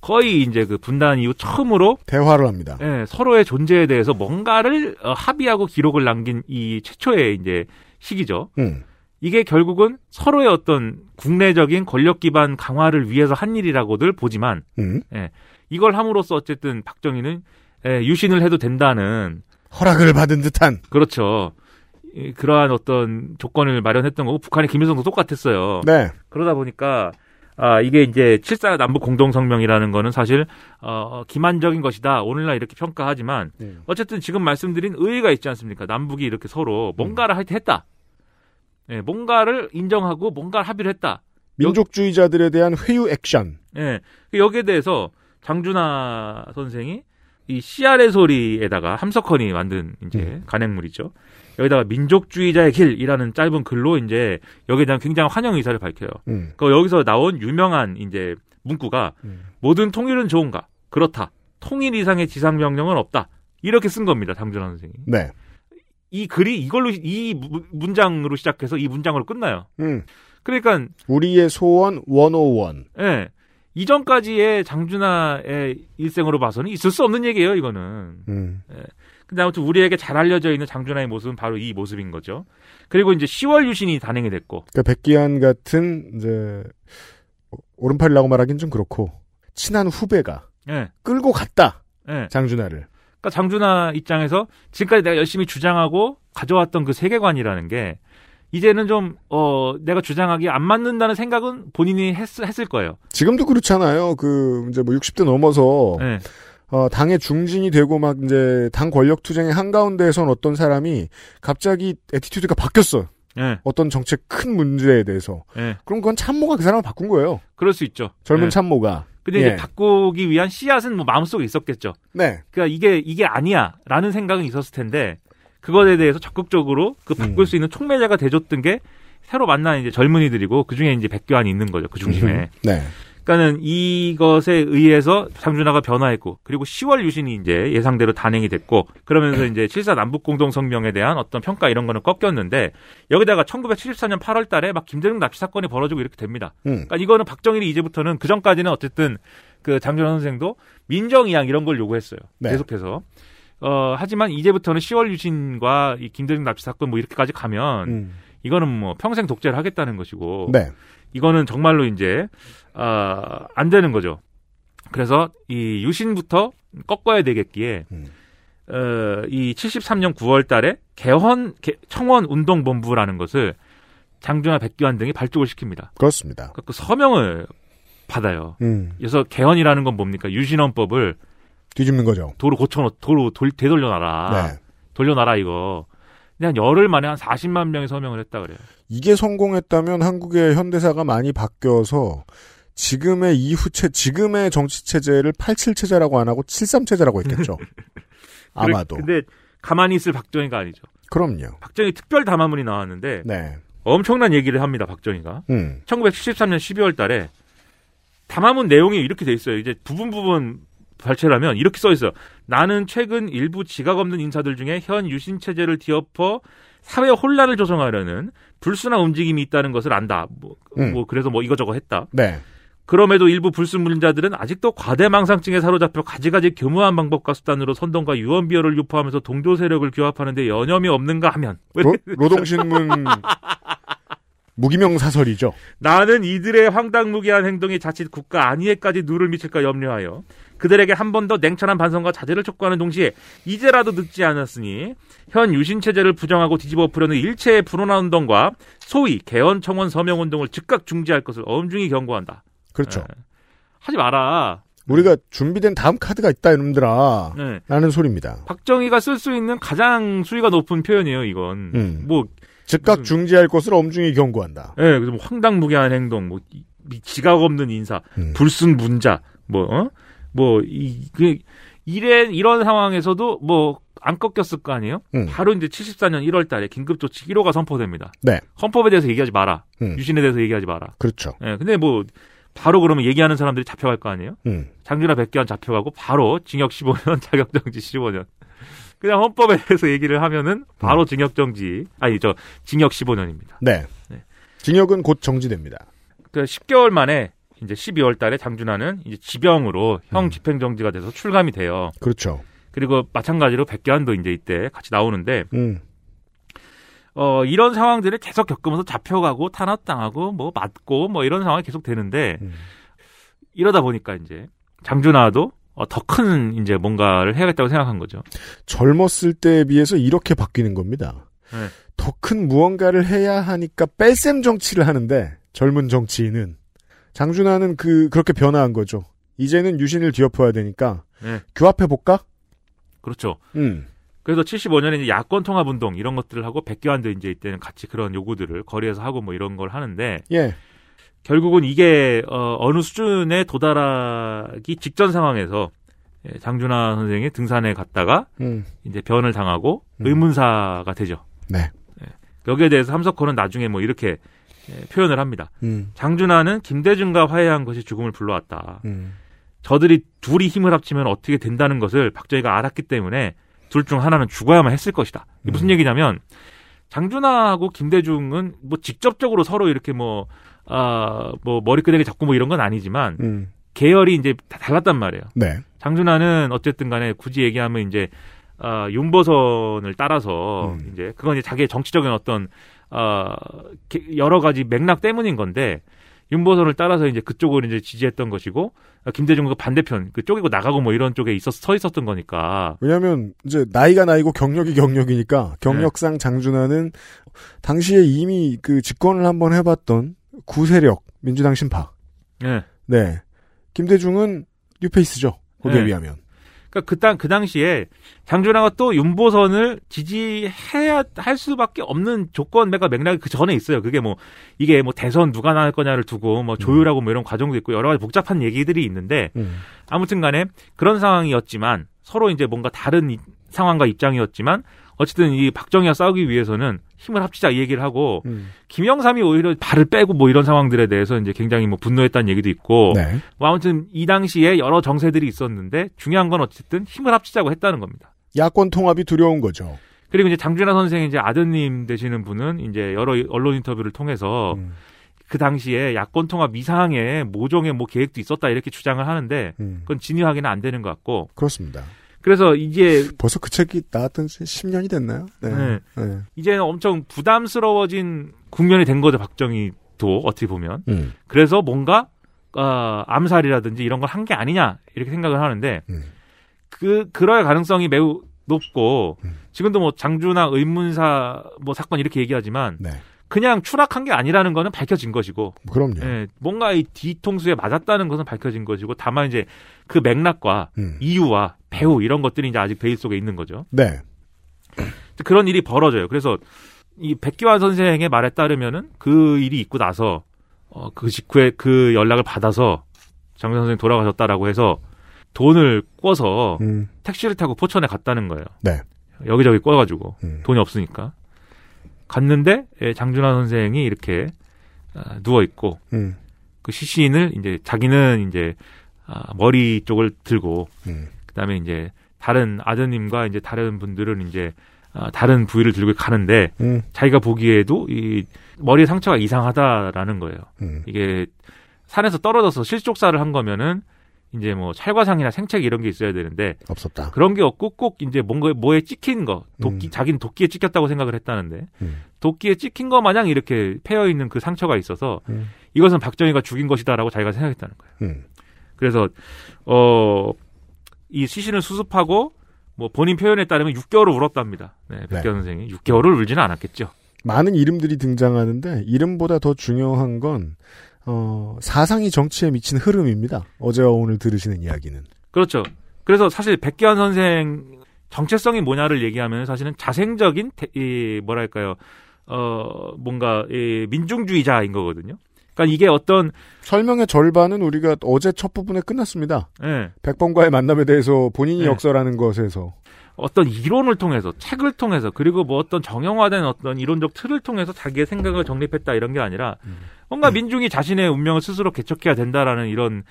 S11: 거의 이제 그 분단 이후 처음으로
S2: 대화를 합니다.
S11: 예, 서로의 존재에 대해서 뭔가를 어, 합의하고 기록을 남긴 이 최초의 이제 시기죠.
S2: 음.
S11: 이게 결국은 서로의 어떤 국내적인 권력 기반 강화를 위해서 한 일이라고들 보지만
S2: 음.
S11: 예, 이걸 함으로써 어쨌든 박정희는 예, 유신을 해도 된다는
S2: 허락을 받은 듯한
S11: 그렇죠. 이, 그러한 어떤 조건을 마련했던 거고 북한의 김일성도 똑같았어요.
S2: 네.
S11: 그러다 보니까 아 이게 이제 7사 남북 공동 성명이라는 거는 사실 어 기만적인 것이다. 오늘날 이렇게 평가하지만
S2: 음.
S11: 어쨌든 지금 말씀드린 의의가 있지 않습니까? 남북이 이렇게 서로 뭔가를 하여튼 했다. 예, 뭔가를 인정하고 뭔가를 합의를 했다.
S2: 민족주의자들에 대한 회유 액션.
S11: 예. 그 여기에 대해서 장준하 선생이 이 씨알의 소리에다가 함석헌이 만든 이제 간행물이죠. 여기다가 민족주의자의 길이라는 짧은 글로 이제 여기에 대한 굉장한 환영 의사를 밝혀요.
S2: 음.
S11: 그 여기서 나온 유명한 이제 문구가 모든 통일은 좋은가? 그렇다. 통일 이상의 지상 명령은 없다. 이렇게 쓴 겁니다. 장준하 선생이.
S2: 네.
S11: 이 글이 이걸로 시- 이 무- 문장으로 시작해서 이 문장으로 끝나요.
S2: 음.
S11: 그러니까
S2: 우리의 소원 101.
S11: 예. 이전까지의 장준하의 일생으로 봐서는 있을 수 없는 얘기예요, 이거는.
S2: 음.
S11: 근데 아무튼 우리에게 잘 알려져 있는 장준하의 모습은 바로 이 모습인 거죠. 그리고 이제 10월 유신이 단행이 됐고.
S2: 그러니까 백기환 같은 이제 오른팔이라고 말하긴 좀 그렇고 친한 후배가
S11: 예.
S2: 끌고 갔다.
S11: 예.
S2: 장준하를.
S11: 그러니까 장준하 입장에서 지금까지 내가 열심히 주장하고 가져왔던 그 세계관이라는 게 이제는 좀, 어, 내가 주장하기 안 맞는다는 생각은 본인이 했, 했을 거예요.
S2: 지금도 그렇잖아요. 그 이제 뭐 60대 넘어서
S11: 예.
S2: 어, 당의 중진이 되고 막 이제 당 권력 투쟁의 한가운데에선 어떤 사람이 갑자기 에티튜드가 바뀌었어.
S11: 예.
S2: 어떤 정책 큰 문제에 대해서.
S11: 예.
S2: 그럼 그건 참모가 그 사람을 바꾼 거예요.
S11: 그럴 수 있죠.
S2: 젊은
S11: 예.
S2: 참모가.
S11: 근데
S2: 예.
S11: 이제 바꾸기 위한 씨앗은 뭐 마음속에 있었겠죠.
S2: 네.
S11: 그러니까 이게 이게 아니야라는 생각은 있었을 텐데 그것에 대해서 적극적으로 그 바꿀 수 있는 촉매자가 돼줬던 게 새로 만난 이제 젊은이들이고 그 중에 이제 백교환이 있는 거죠 그 중심에.
S2: 네.
S11: 그러니까는 이것에 의해서 장준하가 변화했고 그리고 10월 유신이 이제 예상대로 단행이 됐고 그러면서 이제 7사 남북 공동 성명에 대한 어떤 평가 이런 거는 꺾였는데 여기다가 1974년 8월 달에 막 김대중 납치 사건이 벌어지고 이렇게 됩니다.
S2: 음.
S11: 그러니까 이거는 박정일이 이제부터는 그 전까지는 어쨌든 그 장준하 선생도 민정이양 이런 걸 요구했어요.
S2: 네.
S11: 계속해서. 어, 하지만 이제부터는 10월 유신과 이 김대중 납치 사건 뭐 이렇게까지 가면
S2: 음.
S11: 이거는 뭐 평생 독재를 하겠다는 것이고
S2: 네.
S11: 이거는 정말로 이제 아, 안 되는 거죠. 그래서 이 유신부터 꺾어야 되겠기에
S2: 음.
S11: 어, 이 73년 9월 달에 개헌 개- 청원 운동 본부라는 것을 장준하 백교환 등이 발족을 시킵니다.
S2: 그렇습니다.
S11: 그 서명을 받아요.
S2: 음.
S11: 그래서 개헌이라는 건 뭡니까? 유신헌법을
S2: 뒤집는 거죠.
S11: 도로 고쳐 도로 돌 되돌려놔라.
S2: 네.
S11: 돌려놔라 이거. 근데 한 열흘 만에 한 40만 명이 서명을 했다 그래요.
S2: 이게 성공했다면 한국의 현대사가 많이 바뀌어서 지금의 이후체 지금의 정치 체제를 87 체제라고 안 하고 73 체제라고 했겠죠. 아마도.
S11: 그래- 근데 가만히 있을 박정희가 아니죠.
S2: 그럼요.
S11: 박정희 특별 담화문이 나왔는데
S2: 네.
S11: 엄청난 얘기를 합니다. 박정희가
S2: 음.
S11: 1973년 12월달에 담화문 내용이 이렇게 돼 있어요. 이제 부분 부분 발췌하면 이렇게 써 있어. 요 나는 최근 일부 지각 없는 인사들 중에 현 유신 체제를 뒤엎어 사회 혼란을 조성하려는 불순한 움직임이 있다는 것을 안다. 뭐,
S2: 음.
S11: 뭐 그래서 뭐 이거저거 했다.
S2: 네.
S11: 그럼에도 일부 불순물자들은 아직도 과대망상증에 사로잡혀 가지가지 교묘한 방법과 수단으로 선동과 유언비어를 유포하면서
S2: 어?
S11: 동조 세력을 규합하는데 여념이 없는가 하면
S2: 로, 노동신문 무기명 사설이죠.
S11: 나는 이들의 황당무계한 행동이 자칫 국가 안위에까지 누를 미칠까 염려하여 그들에게 한 번 더 냉철한 반성과 자제를 촉구하는 동시에 이제라도 늦지 않았으니 현 유신 체제를 부정하고 뒤집어엎으려는 일체의 불온한 운동과 소위 개헌 청원 서명 운동을 즉각 중지할 것을 엄중히 경고한다.
S2: 그렇죠.
S11: 네. 하지 마라.
S2: 우리가 준비된 다음 카드가 있다 이놈들아.
S11: 네.
S2: 라는 소리입니다.
S11: 박정희가 쓸 수 있는 가장 수위가 높은 표현이에요. 이건
S2: 음.
S11: 뭐
S2: 즉각 중지할 것을 엄중히 경고한다.
S11: 예, 그래서 뭐 황당무계한 행동, 뭐 이- 이 지각 없는 인사,
S2: 음.
S11: 불순 문자, 뭐 어? 뭐이그 이런 이런 상황에서도 뭐 안 꺾였을 거 아니에요?
S2: 음.
S11: 바로 이제 74년 1월 달에 긴급조치 1호가 선포됩니다.
S2: 네.
S11: 헌법에 대해서 얘기하지 마라.
S2: 음.
S11: 유신에 대해서 얘기하지 마라.
S2: 그렇죠.
S11: 예, 근데 뭐 바로 그러면 얘기하는 사람들이 잡혀갈 거 아니에요?
S2: 음.
S11: 장준하 백기환 잡혀가고 바로 징역 15년, 자격정지 15년. 그냥 헌법에 대해서 얘기를 하면은 바로
S2: 음.
S11: 징역정지, 아니 저 징역 15년입니다.
S2: 네.
S11: 네.
S2: 징역은 곧 정지됩니다.
S11: 그 10개월 만에 이제 12월 달에 장준하는 이제 지병으로 형 집행 정지가 돼서 출감이 돼요.
S2: 그렇죠.
S11: 그리고 마찬가지로 백교환도 이제 이때 같이 나오는데
S2: 음.
S11: 어 이런 상황들을 계속 겪으면서 잡혀가고 탄압당하고 뭐 맞고 뭐 이런 상황이 계속 되는데
S2: 음.
S11: 이러다 보니까 이제 장준하도 어, 더 큰 이제 뭔가를 해야겠다고 생각한 거죠.
S2: 젊었을 때에 비해서 이렇게 바뀌는 겁니다.
S11: 네.
S2: 더 큰 무언가를 해야 하니까 뺄셈 정치를 하는데 젊은 정치인은 장준하는 그 그렇게 변화한 거죠. 이제는 유신을 뒤엎어야 되니까
S11: 네.
S2: 규합해 볼까?
S11: 그렇죠.
S2: 음.
S11: 그래서 75년에 이제 야권 통합 운동 이런 것들을 하고 백교환도 이제 이때는 같이 그런 요구들을 거리에서 하고 뭐 이런 걸 하는데
S2: 예.
S11: 결국은 이게 어, 어느 수준에 도달하기 직전 상황에서 예, 장준하 선생이 등산에 갔다가
S2: 음.
S11: 이제 변을 당하고 의문사가 되죠.
S2: 네.
S11: 예. 여기에 대해서 함석호는 나중에 뭐 이렇게 예, 표현을 합니다.
S2: 음.
S11: 장준하는 김대중과 화해한 것이 죽음을 불러왔다.
S2: 음.
S11: 저들이 둘이 힘을 합치면 어떻게 된다는 것을 박정희가 알았기 때문에 둘 중 하나는 죽어야만 했을 것이다. 이게 무슨 얘기냐면 장준하하고 김대중은 뭐 직접적으로 서로 이렇게 뭐, 아, 뭐 머리끄댕이 잡고 뭐 이런 건 아니지만
S2: 음.
S11: 계열이 이제 다 달랐단 말이에요.
S2: 네.
S11: 장준하는 어쨌든 간에 굳이 얘기하면 이제 아, 윤보선을 따라서 이제 그건 이제 자기의 정치적인 어떤 아, 게- 여러 가지 맥락 때문인 건데 윤보선을 따라서 이제 그쪽을 이제 지지했던 것이고 아, 김대중과 반대편 그 쪼개고 나가고 뭐 이런 쪽에 있어 서 있었던 거니까
S2: 왜냐하면 이제 나이가 나이고 경력이 경력이니까 경력상
S11: 네.
S2: 장준하는 당시에 이미 그 집권을 한번 해봤던 구세력 민주당 신파.
S11: 예.
S2: 네. 김대중은 뉴페이스죠. 거기에
S11: 네.
S2: 비하면.
S11: 그러니까 그당 그 당시에 장준하가 또 윤보선을 지지해야 할 수밖에 없는 조건과 맥락이 그 전에 있어요. 그게 뭐 이게 뭐 대선 누가 나갈 거냐를 두고 뭐 조율하고 뭐 이런 과정도 있고 여러 가지 복잡한 얘기들이 있는데 아무튼간에 그런 상황이었지만 서로 이제 뭔가 다른 이- 상황과 입장이었지만 어쨌든 이 박정희와 싸우기 위해서는 힘을 합치자 이 얘기를 하고 김영삼이 오히려 발을 빼고 뭐 이런 상황들에 대해서 이제 굉장히 뭐 분노했다는 얘기도 있고
S2: 네.
S11: 뭐 아무튼 이 당시에 여러 정세들이 있었는데 중요한 건 어쨌든 힘을 합치자고 했다는 겁니다.
S2: 야권 통합이 두려운 거죠.
S11: 그리고 이제 장준하 선생의 이제 아드님 되시는 분은 이제 여러 언론 인터뷰를 통해서
S2: 음.
S11: 그 당시에 야권 통합 이상의 모종의 뭐 계획도 있었다 이렇게 주장을 하는데 그건 진위하기는 안 되는 것 같고
S2: 음. 그렇습니다.
S11: 그래서 이제
S2: 벌써 그 책이 나왔던 지 10년이 됐나요? 네.
S11: 네.
S2: 네.
S11: 이제는 엄청 부담스러워진 국면이 된 거죠 박정희도 어떻게 보면
S2: 음.
S11: 그래서 뭔가 어, 암살이라든지 이런 걸 한 게 아니냐 이렇게 생각을 하는데
S2: 음.
S11: 그 그럴 가능성이 매우 높고
S2: 음.
S11: 지금도 뭐 장준하 의문사 뭐 사건 이렇게 얘기하지만
S2: 네.
S11: 그냥 추락한 게 아니라는 거는 밝혀진 것이고
S2: 뭐 그럼요.
S11: 예, 뭔가 이 뒤통수에 맞았다는 것은 밝혀진 것이고 다만 이제 그 맥락과
S2: 음.
S11: 이유와 배후 이런 것들이 이제 아직 베일 속에 있는 거죠.
S2: 네.
S11: 그런 일이 벌어져요. 그래서 이 백기환 선생의 말에 따르면은 그 일이 있고 나서 어, 그 직후에 그 연락을 받아서 장 선생 돌아가셨다라고 해서 돈을 꿔서
S2: 음.
S11: 택시를 타고 포천에 갔다는 거예요.
S2: 네.
S11: 여기저기 꿔가지고
S2: 음.
S11: 돈이 없으니까 갔는데 예, 장준하 선생이 이렇게 아, 누워 있고
S2: 음.
S11: 그 시신을 이제 자기는 이제 아, 머리 쪽을 들고 그다음에 이제 다른 아드님과 이제 다른 분들은 이제 아, 다른 부위를 들고 가는데
S2: 음.
S11: 자기가 보기에도 이 머리에 상처가 이상하다라는 거예요.
S2: 음.
S11: 이게 산에서 떨어져서 실족사를 한 거면은 이제 뭐 찰과상이나 생책 이런 게 있어야 되는데
S2: 없었다.
S11: 그런 게 없고 꼭 이제 뭔가 뭐에 찍힌 거 도끼 자기는 도끼에 찍혔다고 생각을 했다는데 도끼에 찍힌 거 마냥 이렇게 패여 있는 그 상처가 있어서
S2: 음.
S11: 이것은 박정희가 죽인 것이다라고 자기가 생각했다는 거예요.
S2: 음.
S11: 그래서 어이 시신을 수습하고 뭐 본인 표현에 따르면 6개월을 울었답니다. 네, 백현 선생이 6개월을 울지는 않았겠죠.
S2: 많은 이름들이 등장하는데 이름보다 더 중요한 건 어, 사상이 정치에 미친 흐름입니다. 어제와 오늘 들으시는 이야기는
S11: 그렇죠. 그래서 사실 백기환 선생 정체성이 뭐냐를 얘기하면 사실은 자생적인 태- 이 뭐랄까요 어 뭔가 이 민중주의자인 거거든요. 그러니까 이게 어떤
S2: 설명의 절반은 우리가 어제 첫 부분에 끝났습니다.
S11: 예,
S2: 백범과의 만남에 대해서 본인이
S11: 네.
S2: 역설하는 것에서
S11: 어떤 이론을 통해서 책을 통해서 그리고 뭐 어떤 정형화된 어떤 이론적 틀을 통해서 자기의 생각을 정립했다 이런 게 아니라 뭔가 민중이 자신의 운명을 스스로 개척해야 된다라는 이런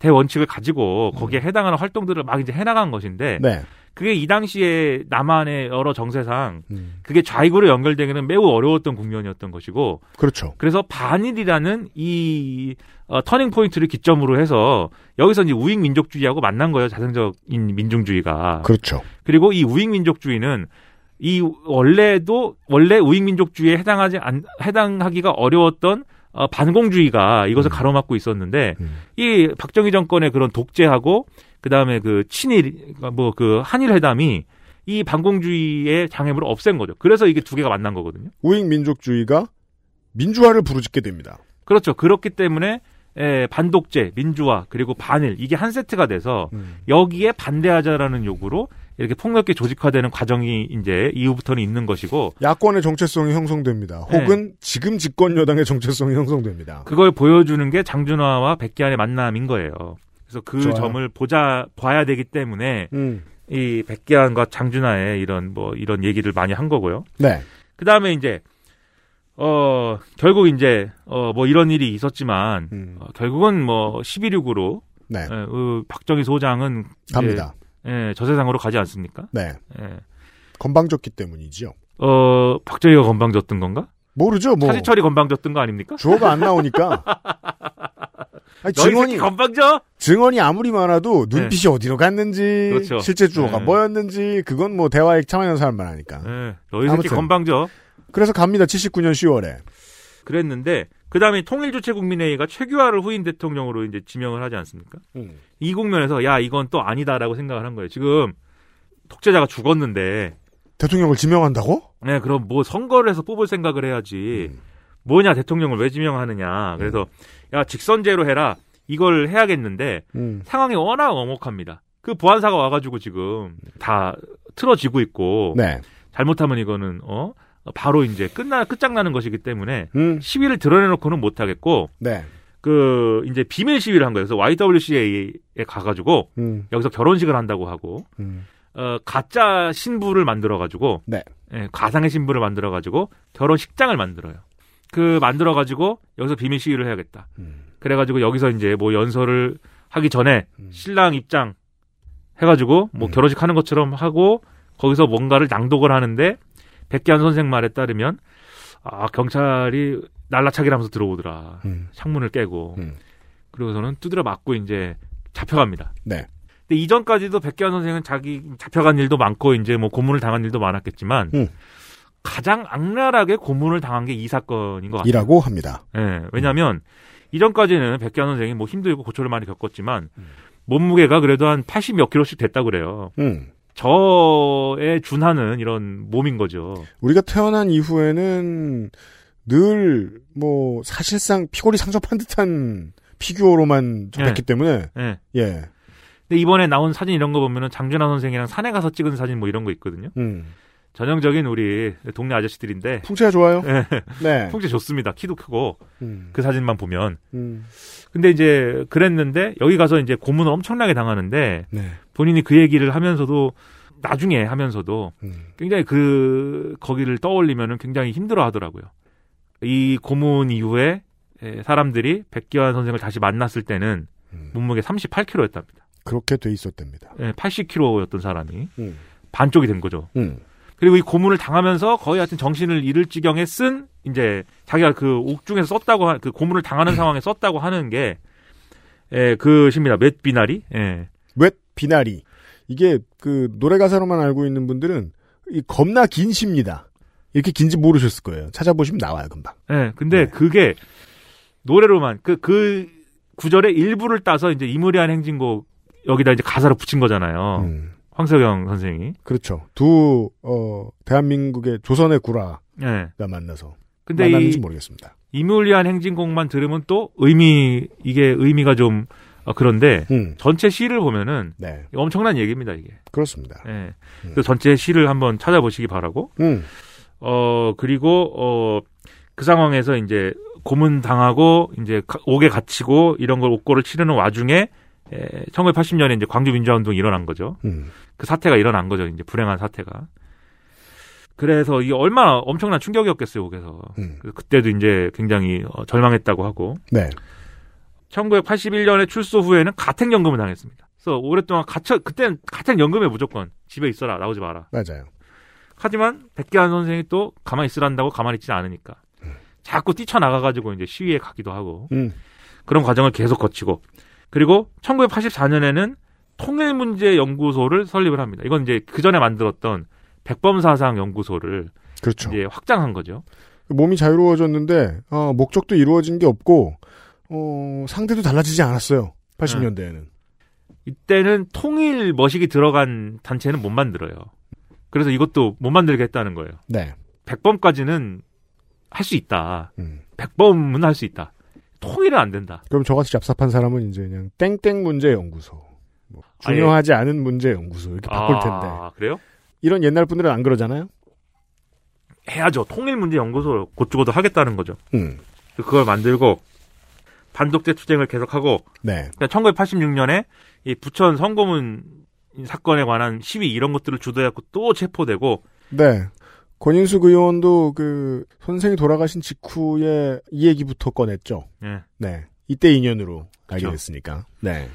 S11: 대원칙을 가지고 거기에 해당하는 활동들을 막 이제 해나간 것인데
S2: 네.
S11: 그게 이 당시에 남한의 여러 정세상
S2: 음.
S11: 그게 좌익으로 연결되기는 매우 어려웠던 국면이었던 것이고
S2: 그렇죠.
S11: 그래서 반일이라는 이 어, 터닝 포인트를 기점으로 해서 여기서 이제 우익 민족주의하고 만난 거예요 자생적인 민중주의가
S2: 그렇죠.
S11: 그리고 이 우익 민족주의는 이 원래도 원래 우익 민족주의에 해당하지 안 해당하기가 어려웠던 어, 반공주의가 이것을 가로막고 있었는데
S2: 음.
S11: 이 박정희 정권의 그런 독재하고 그다음에 그 친일 뭐 그 한일 회담이 이 반공주의의 장애물을 없앤 거죠. 그래서 이게 두 개가 만난 거거든요.
S2: 우익 민족주의가 민주화를 부르짖게 됩니다.
S11: 그렇죠. 그렇기 때문에 에, 반독재, 민주화 그리고 반일 이게 한 세트가 돼서
S2: 음.
S11: 여기에 반대하자라는 요구로 이렇게 폭넓게 조직화되는 과정이 이제 이후부터는 있는 것이고
S2: 야권의 정체성이 형성됩니다.
S11: 네.
S2: 혹은 지금 집권 여당의 정체성이 형성됩니다.
S11: 그걸 보여주는 게 장준화와 백기환의 만남인 거예요. 그래서 그
S2: 좋아요.
S11: 점을 보자 봐야 되기 때문에
S2: 음.
S11: 이 백기환과 장준화의 이런 뭐 이런 얘기를 많이 한 거고요.
S2: 네.
S11: 그 다음에 이제 어 결국 이제 어 뭐 이런 일이 있었지만
S2: 음.
S11: 어, 결국은 뭐 11.6으로 예, 그
S2: 네.
S11: 아, 박정희 소장은 이제,
S2: 갑니다.
S11: 예, 저세상으로 가지 않습니까?
S2: 네.
S11: 예.
S2: 건방졌기 때문이지요.
S11: 어 박정희가 건방졌던 건가?
S2: 모르죠. 뭐
S11: 차지철이 건방졌던 거 아닙니까?
S2: 주어가 안 나오니까. 아니,
S11: 너희
S2: 증언이
S11: 새끼 건방져?
S2: 증언이 아무리 많아도 눈빛이 어디로 갔는지
S11: 그렇죠.
S2: 실제 주어가
S11: 네.
S2: 뭐였는지 그건 뭐 대화에 참여하는 사람만 하니까.
S11: 예, 너희 새끼
S2: 아. 아무튼.
S11: 건방져.
S2: 그래서 갑니다. 79년 10월에.
S11: 그랬는데 그다음에 통일주체국민회의가 최규하를 후임 대통령으로 이제 지명을 하지 않습니까? 이 국면에서 야 이건 또 아니다라고 생각을 한 거예요. 지금 독재자가 죽었는데
S2: 대통령을 지명한다고?
S11: 네 그럼 뭐 선거를 해서 뽑을 생각을 해야지 뭐냐 대통령을 왜 지명하느냐 그래서 야 직선제로 해라 이걸 해야겠는데
S2: 음.
S11: 상황이 워낙 엄혹합니다. 그 보안사가 와가지고 지금 다 틀어지고 있고
S2: 네.
S11: 잘못하면 이거는 어 바로 이제 끝나 끝장나는 것이기 때문에 시위를 드러내놓고는 못하겠고
S2: 네.
S11: 그 이제 비밀 시위를 한 거예요. 그래서 YWCA에 가가지고
S2: 음.
S11: 여기서 결혼식을 한다고 하고
S2: 음.
S11: 어, 가짜 신부를 만들어가지고
S2: 네.
S11: 예, 가상의 신부를 만들어가지고 결혼식장을 만들어요. 그 만들어가지고 여기서 비밀 시위를 해야겠다. 그래가지고 여기서 이제 뭐 연설을 하기 전에 신랑 입장 해가지고 뭐 결혼식 하는 것처럼 하고 거기서 뭔가를 낭독을 하는데 백기환 선생 말에 따르면 아 경찰이 날라차기라면서 들어오더라.
S2: 음.
S11: 창문을 깨고 그러고서는 두드려 맞고 이제 잡혀갑니다.
S2: 네.
S11: 근데 이전까지도 백기환 선생은 자기 잡혀간 일도 많고 이제 뭐 고문을 당한 일도 많았겠지만
S2: 음.
S11: 가장 악랄하게 고문을 당한 게 이 사건인 것 같아요.
S2: 이라고 합니다.
S11: 예, 왜냐하면 이전까지는 백기환 선생이 뭐 힘들고 고초를 많이 겪었지만 몸무게가 그래도 한 80 몇 킬로씩 됐다 그래요.
S2: 음.
S11: 저에 준하는 이런 몸인 거죠.
S2: 우리가 태어난 이후에는 늘 뭐 사실상 피골이 상접한 듯한 피규어로만 접했기
S11: 예.
S2: 때문에
S11: 예.
S2: 예.
S11: 근데 이번에 나온 사진 이런 거 보면은 장준하 선생이랑 산에 가서 찍은 사진 뭐 이런 거 있거든요.
S2: 음.
S11: 전형적인 우리 동네 아저씨들인데
S2: 풍채가 좋아요.
S11: 예.
S2: 네.
S11: 풍채 좋습니다. 키도 크고
S2: 음.
S11: 그 사진만 보면.
S2: 음.
S11: 근데 이제 그랬는데 여기 가서 이제 고문을 엄청나게 당하는데
S2: 네.
S11: 본인이 그 얘기를 하면서도 나중에 하면서도
S2: 음.
S11: 굉장히 그 거기를 떠올리면은 굉장히 힘들어 하더라고요. 이 고문 이후에 에, 사람들이 백기환 선생을 다시 만났을 때는
S2: 음.
S11: 몸무게 38kg였답니다.
S2: 그렇게 돼 있었답니다.
S11: 80kg였던 사람이
S2: 음.
S11: 반쪽이 된 거죠.
S2: 음.
S11: 그리고 이 고문을 당하면서 거의 하여튼 정신을 잃을 지경에 쓴 이제 자기가 그 옥중에서 썼다고 하- 그 고문을 당하는 상황에 썼다고 하는 게 예, 그 시입니다. 맷 비나리. 예.
S2: 맷 비나리. 이게 그 노래 가사로만 알고 있는 분들은 이 겁나 긴 시입니다. 이렇게 긴지 모르셨을 거예요. 찾아보시면 나와요, 금방.
S11: 예.
S2: 네.
S11: 근데 그게 노래로만 그 그 구절의 일부를 따서 이제 이무리한 행진곡 여기다 이제 가사를 붙인 거잖아요.
S2: 음.
S11: 황석영 선생이.
S2: 그렇죠. 두 어, 대한민국의 조선의 구라가
S11: 예.
S2: 만나서
S11: 근데
S2: 만났는지
S11: 이-
S2: 모르겠습니다.
S11: 이물리한 행진곡만 들으면 또 의미 이게 의미가 좀 어, 그런데 전체 시를
S2: 음,
S11: 보면은
S2: 네.
S11: 엄청난 얘기입니다 이게.
S2: 그렇습니다.
S11: 예. 그 전체 시를 한번 찾아보시기 바라고.
S2: 음.
S11: 어 그리고 어 그 상황에서 이제 고문 당하고 이제 가- 옥에 갇히고 이런 걸 옥고를 치르는 와중에 에, 1980년에 이제 광주 민주화운동이 일어난 거죠.
S2: 음,
S11: 그 사태가 일어난 거죠. 이제 불행한 사태가. 그래서 이게 얼마나 엄청난 충격이었겠어요, 옥에서.
S2: 음.
S11: 그래서 그때도 이제 굉장히 어, 절망했다고 하고.
S2: 네.
S11: 1981년에 출소 후에는 가택연금을 당했습니다. 그래서 오랫동안 갇혀, 그때는 가택연금에 무조건 집에 있어라, 나오지 마라.
S2: 맞아요.
S11: 하지만 백기환 선생이 또 가만히 있으란다고 가만히 있지는 않으니까. 자꾸 뛰쳐나가가지고 이제 시위에 가기도 하고.
S2: 음.
S11: 그런 과정을 계속 거치고 그리고 1984년에는 통일문제연구소를 설립을 합니다. 이건 이제 그 전에 만들었던 백범사상연구소를
S2: 그렇죠.
S11: 이제 확장한 거죠.
S2: 몸이 자유로워졌는데 어, 목적도 이루어진 게 없고 어, 상대도 달라지지 않았어요. 80년대에는.
S11: 이때는 통일 머식이 들어간 단체는 못 만들어요. 그래서 이것도 못 만들겠다는 거예요.
S2: 네.
S11: 백범까지는 할 수 있다.
S2: 음.
S11: 백범은 할 수 있다. 통일은 안 된다.
S2: 그럼 저같이 잡sap한 사람은 이제 그냥 땡땡 문제 연구소. 뭐 중요하지 않은 문제 연구소 이렇게 바꿀 텐데.
S11: 아, 그래요?
S2: 이런 옛날 분들은 안 그러잖아요.
S11: 해야죠. 통일문제연구소를 곧주고도 하겠다는 거죠.
S2: 음.
S11: 그걸 만들고 반독재 투쟁을 계속하고
S2: 네.
S11: 1986년에 이 부천 성고문 사건에 관한 시위 이런 것들을 주도해갖고 또 체포되고
S2: 네. 권인숙 의원도 그 선생이 돌아가신 직후에 이 얘기부터 꺼냈죠.
S11: 예.
S2: 네. 이때 인연으로 알게
S11: 그쵸.
S2: 됐으니까. 네.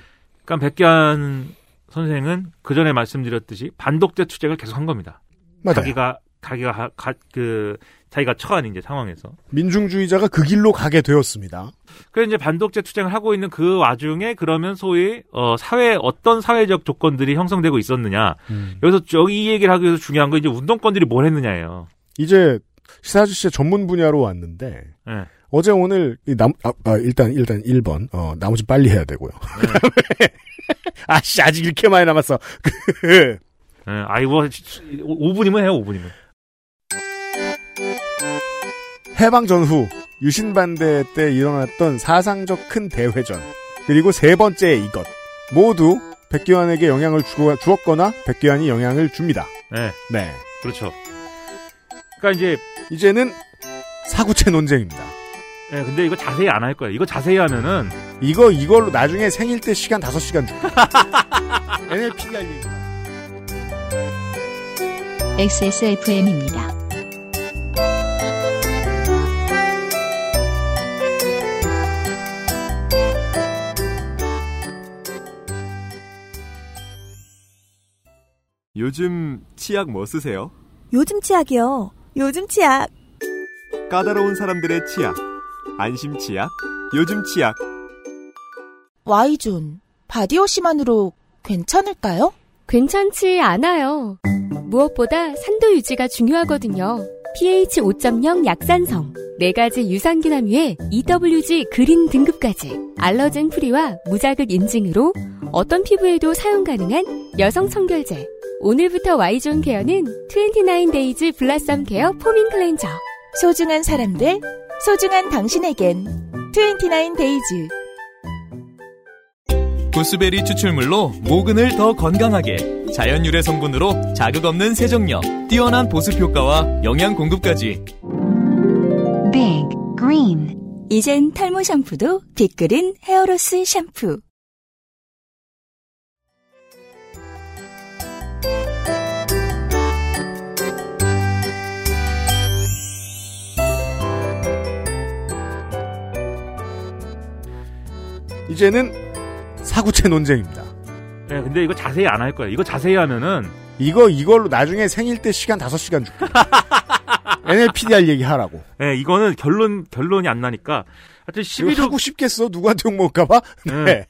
S11: 그러니까 백기환 선생은 그 전에 말씀드렸듯이 반독재 투쟁을 계속한 겁니다.
S2: 맞아요.
S11: 자기가 자기가 하- 가- 그 자기가 처한 이제 상황에서
S2: 민중주의자가 그 길로 가게 되었습니다.
S11: 그래서 이제 반독재 투쟁을 하고 있는 그 와중에 그러면 소위 어 사회 어떤 사회적 조건들이 형성되고 있었느냐 여기서 저기 얘기를 하기 위해서 중요한 건 이제 운동권들이 뭘 했느냐예요.
S2: 이제 시사주 씨의 전문 분야로 왔는데
S11: 예.
S2: 어제 오늘 이 남, 아, 아, 일단 일단 1번 어, 나머지 빨리 해야 되고요. 아씨 아직 이렇게 많이 남았어. 그,
S11: 예, 아이고 5분이면 해요 5분이면.
S2: 해방 전후 유신반대 때 일어났던 사상적 큰 대회전 그리고 세 번째 이것 모두 백기환에게 영향을 주고, 주었거나 백기환이 영향을 줍니다.
S11: 네.
S2: 네.
S11: 그렇죠. 그러니까 이제
S2: 이제는 사구체 논쟁입니다.
S11: 예, 근데 이거 자세히 안 할 거야. 이거 자세히 하면은
S2: 이거 이걸로 나중에 생일 때 시간 5시간 줄게. NLP 가 알려줘.
S1: XSFM입니다.
S12: 요즘 치약 뭐 쓰세요?
S13: 요즘 치약이요. 요즘 치약.
S12: 까다로운 사람들의 치약. 안심 치약, 요즘 치약.
S4: Y존, 바디워시만으로 괜찮을까요?
S5: 괜찮지 않아요. 무엇보다 산도 유지가 중요하거든요. pH 5.0 약산성, 4가지 유산균 함유에 EWG 그린 등급까지 알러젠 프리와 무자극 인증으로 어떤 피부에도 사용 가능한 여성 청결제. 오늘부터 Y존 케어는 29데이즈 블라썸 케어 포밍 클렌저.
S4: 소중한 사람들, 소중한 당신에겐 29 데이즈.
S9: 구스베리 추출물로 모근을 더 건강하게 자연 유래 성분으로 자극 없는 세정력 뛰어난 보습 효과와 영양 공급까지
S8: 빅 그린 이젠 탈모 샴푸도 빅그린 헤어로스 샴푸
S2: 이제는 사구체 논쟁입니다.
S11: 예, 근데 이거 자세히 안 할 거야. 이거 자세히 하면은
S2: 이거 이걸로 나중에 생일 때 시간 5시간 줄게. NLPDR 얘기 하라고.
S11: 예, 이거는 결론 결론이 안 나니까 하여튼 12조
S2: 하고 싶겠어? 누구한테 욕먹을까봐? 네.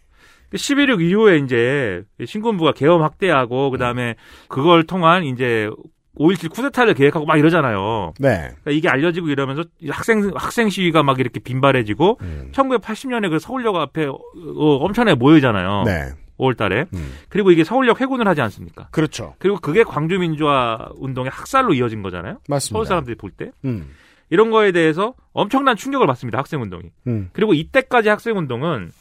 S11: 11.6 그 이후에 이제 신군부가 계엄 확대하고 그다음에 그걸 통한 이제 5.17 쿠데타를 계획하고 막 이러잖아요.
S2: 네.
S11: 그러니까 이게 알려지고 이러면서 학생 학생 시위가 막 이렇게 빈발해지고 1980년에 그 서울역 앞에 어, 어, 엄청나게 모이잖아요.
S2: 네. 음.
S11: 5월달에 그리고 이게 서울역 회군을 하지 않습니까?
S2: 그렇죠.
S11: 그리고 그게 광주민주화 운동의 학살로 이어진 거잖아요.
S2: 맞습니다.
S11: 서울 사람들이 볼 때
S2: 음.
S11: 이런 거에 대해서 엄청난 충격을 받습니다. 학생 운동이.
S2: 음.
S11: 그리고 이때까지 학생 운동은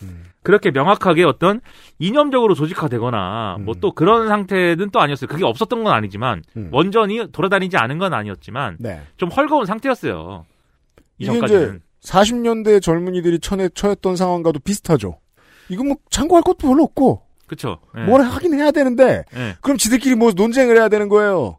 S11: 그렇게 명확하게 어떤 이념적으로 조직화되거나
S2: 음.
S11: 뭐 또 그런 상태는 또 아니었어요. 그게 없었던 건 아니지만
S2: 음.
S11: 원전이 돌아다니지 않은 건 아니었지만
S2: 네.
S11: 좀 헐거운 상태였어요.
S2: 이게
S11: 이전까지는.
S2: 이제 40년대 젊은이들이 천에 처했던 상황과도 비슷하죠. 이건 뭐 참고할 것도 별로 없고
S11: 그렇죠.
S2: 뭘 하긴 해야 되는데
S11: 네.
S2: 그럼 지들끼리 뭐 논쟁을 해야 되는 거예요.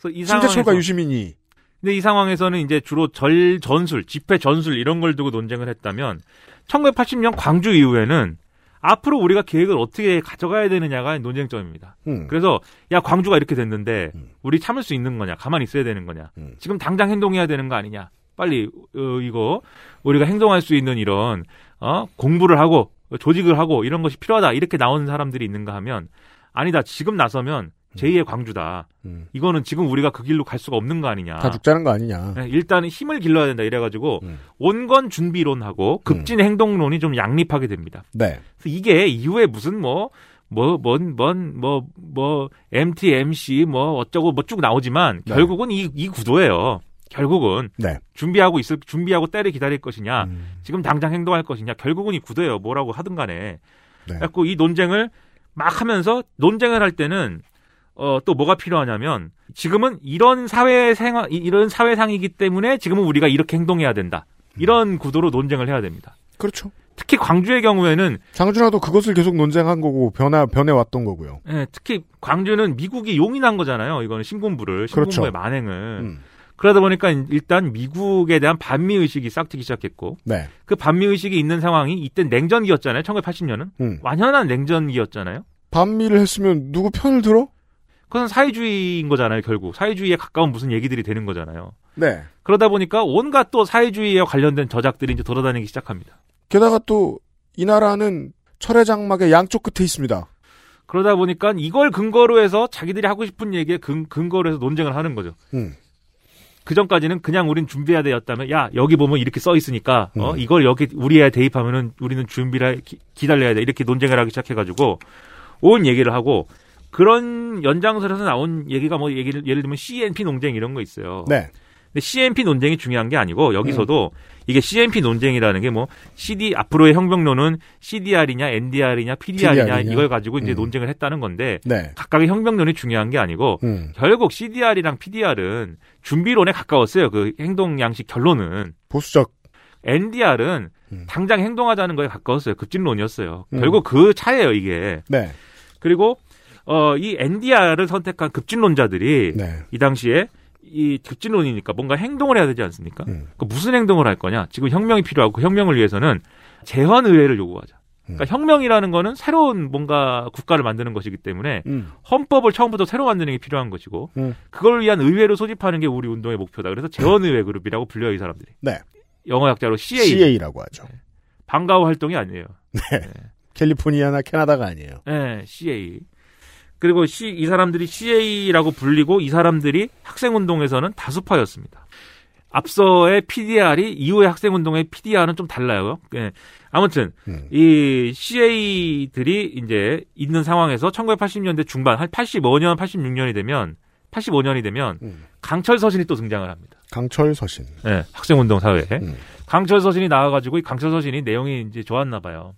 S11: 그래서 이
S2: 신재철과
S11: 상황에서-
S2: 유시민이
S11: 근데 이 상황에서는 이제 주로 절 전술, 집회 전술 이런 걸 두고 논쟁을 했다면 1980년 광주 이후에는 앞으로 우리가 계획을 어떻게 가져가야 되느냐가 논쟁점입니다.
S2: 음.
S11: 그래서 야 광주가 이렇게 됐는데 우리 참을 수 있는 거냐? 가만히 있어야 되는 거냐?
S2: 음.
S11: 지금 당장 행동해야 되는 거 아니냐? 빨리 어, 이거 우리가 행동할 수 있는 이런 어, 공부를 하고 조직을 하고 이런 것이 필요하다 이렇게 나오는 사람들이 있는가 하면 아니다 지금 나서면
S2: 음.
S11: 제2의 광주다. 이거는 지금 우리가 그 길로 갈 수가 없는 거 아니냐?
S2: 다 죽자는 음. 거 아니냐.
S11: 네, 일단은 힘을 길러야 된다 이래가지고 온건
S2: 음.
S11: 준비론하고 급진 행동론이 좀 양립하게 됩니다.
S2: 네.
S11: 그래서 이게 이후에 무슨 뭐, 뭐뭐뭔뭔뭐뭐 MT MC 뭐 어쩌고 뭐 쭉 나오지만
S2: 네.
S11: 결국은 이 이 구도예요. 결국은
S2: 네.
S11: 준비하고 있을 준비하고 때를 기다릴 것이냐
S2: 음.
S11: 지금 당장 행동할 것이냐 결국은 이 구도예요. 뭐라고 하든 간에 그래갖고 이 논쟁을 막 하면서 논쟁을 할 때는 어, 또 뭐가 필요하냐면 지금은 이런 사회 생활 이- 이런 사회상이기 때문에 지금은 우리가 이렇게 행동해야 된다. 이런 구도로 논쟁을 해야 됩니다.
S2: 그렇죠.
S11: 특히 광주의 경우에는
S2: 장준하도 그것을 계속 논쟁한 거고 변화 변해 왔던 거고요.
S11: 예, 특히 광주는 미국이 용인한 거잖아요. 이거는 신군부를 신군부의
S2: 그렇죠.
S11: 만행을 그러다 보니까 일단 미국에 대한 반미 의식이 싹트기 시작했고
S2: 네.
S11: 그 반미 의식이 있는 상황이 이때 냉전기였잖아요. 1980년은
S2: 음.
S11: 완연한 냉전기였잖아요.
S2: 반미를 했으면 누구 편을 들어?
S11: 그건 사회주의인 거잖아요. 결국 사회주의에 가까운 무슨 얘기들이 되는 거잖아요.
S2: 네.
S11: 그러다 보니까 온갖 또 사회주의에 관련된 저작들이 이제 돌아다니기 시작합니다.
S2: 게다가 또 이 나라는 철의 장막의 양쪽 끝에 있습니다.
S11: 그러다 보니까 이걸 근거로 해서 자기들이 하고 싶은 얘기에 근, 근거로 해서 논쟁을 하는 거죠.
S2: 음.
S11: 그 전까지는 그냥 우린 준비해야 되었다면 야 여기 보면 이렇게 써 있으니까 어,
S2: 음.
S11: 이걸 여기 우리에 대입하면은 우리는 준비를 해- 기, 기다려야 돼 이렇게 논쟁을 하기 시작해가지고 온 얘기를 하고 그런 연장선에서 나온 얘기가 뭐 얘기를 예를 들면 CNP 논쟁 이런 거 있어요.
S2: 네.
S11: 근데 CNP 논쟁이 중요한 게 아니고 여기서도 이게 CNP 논쟁이라는 게 뭐 CD 앞으로의 형병론은 CDR이냐 NDR이냐 PDR이냐,
S2: PDR 이냐.
S11: 이걸 가지고 이제
S2: 음.
S11: 논쟁을 했다는 건데
S2: 네.
S11: 각각의 형병론이 중요한 게 아니고
S2: 음.
S11: 결국 CDR이랑 PDR은 준비론에 가까웠어요. 그 행동 양식 결론은
S2: 보수적
S11: NDR은 당장 행동하자는 거에 가까웠어요. 급진론이었어요.
S2: 음.
S11: 결국 그 차예요, 이게.
S2: 네.
S11: 그리고 어, 이 NDR을 선택한 급진론자들이
S2: 네.
S11: 이 당시에 이 급진론이니까 뭔가 행동을 해야 되지 않습니까?
S2: 음.
S11: 그 무슨 행동을 할 거냐? 지금 혁명이 필요하고 그 혁명을 위해서는 재헌 의회를 요구하자.
S2: 음.
S11: 그러니까 혁명이라는 거는 새로운 뭔가 국가를 만드는 것이기 때문에
S2: 음.
S11: 헌법을 처음부터 새로 만드는 게 필요한 것이고
S2: 음.
S11: 그걸 위한 의회를 소집하는 게 우리 운동의 목표다. 그래서 재헌 의회 그룹이라고 불려요 이 사람들이.
S2: 네.
S11: 영어 약자로 CA.
S2: CA라고 하죠.
S11: 네. 반가워 활동이 아니에요.
S2: 네. 캘리포니아나 캐나다가 아니에요.
S11: 네, CA. 그리고 C, 이 사람들이 CA라고 불리고 이 사람들이 학생운동에서는 다수파였습니다. 앞서의 PDR이 이후의 학생운동의 PDR은 좀 달라요. 예. 아무튼 이 CA들이 이제 있는 상황에서 1980년대 중반 한 85년, 86년이 되면 85년이 되면 강철 서신이 또 등장을 합니다.
S2: 음. 강철 서신.
S11: 예, 학생운동 사회에. 강철 서신이 나와가지고 이 강철 서신이 내용이 이제 좋았나 봐요.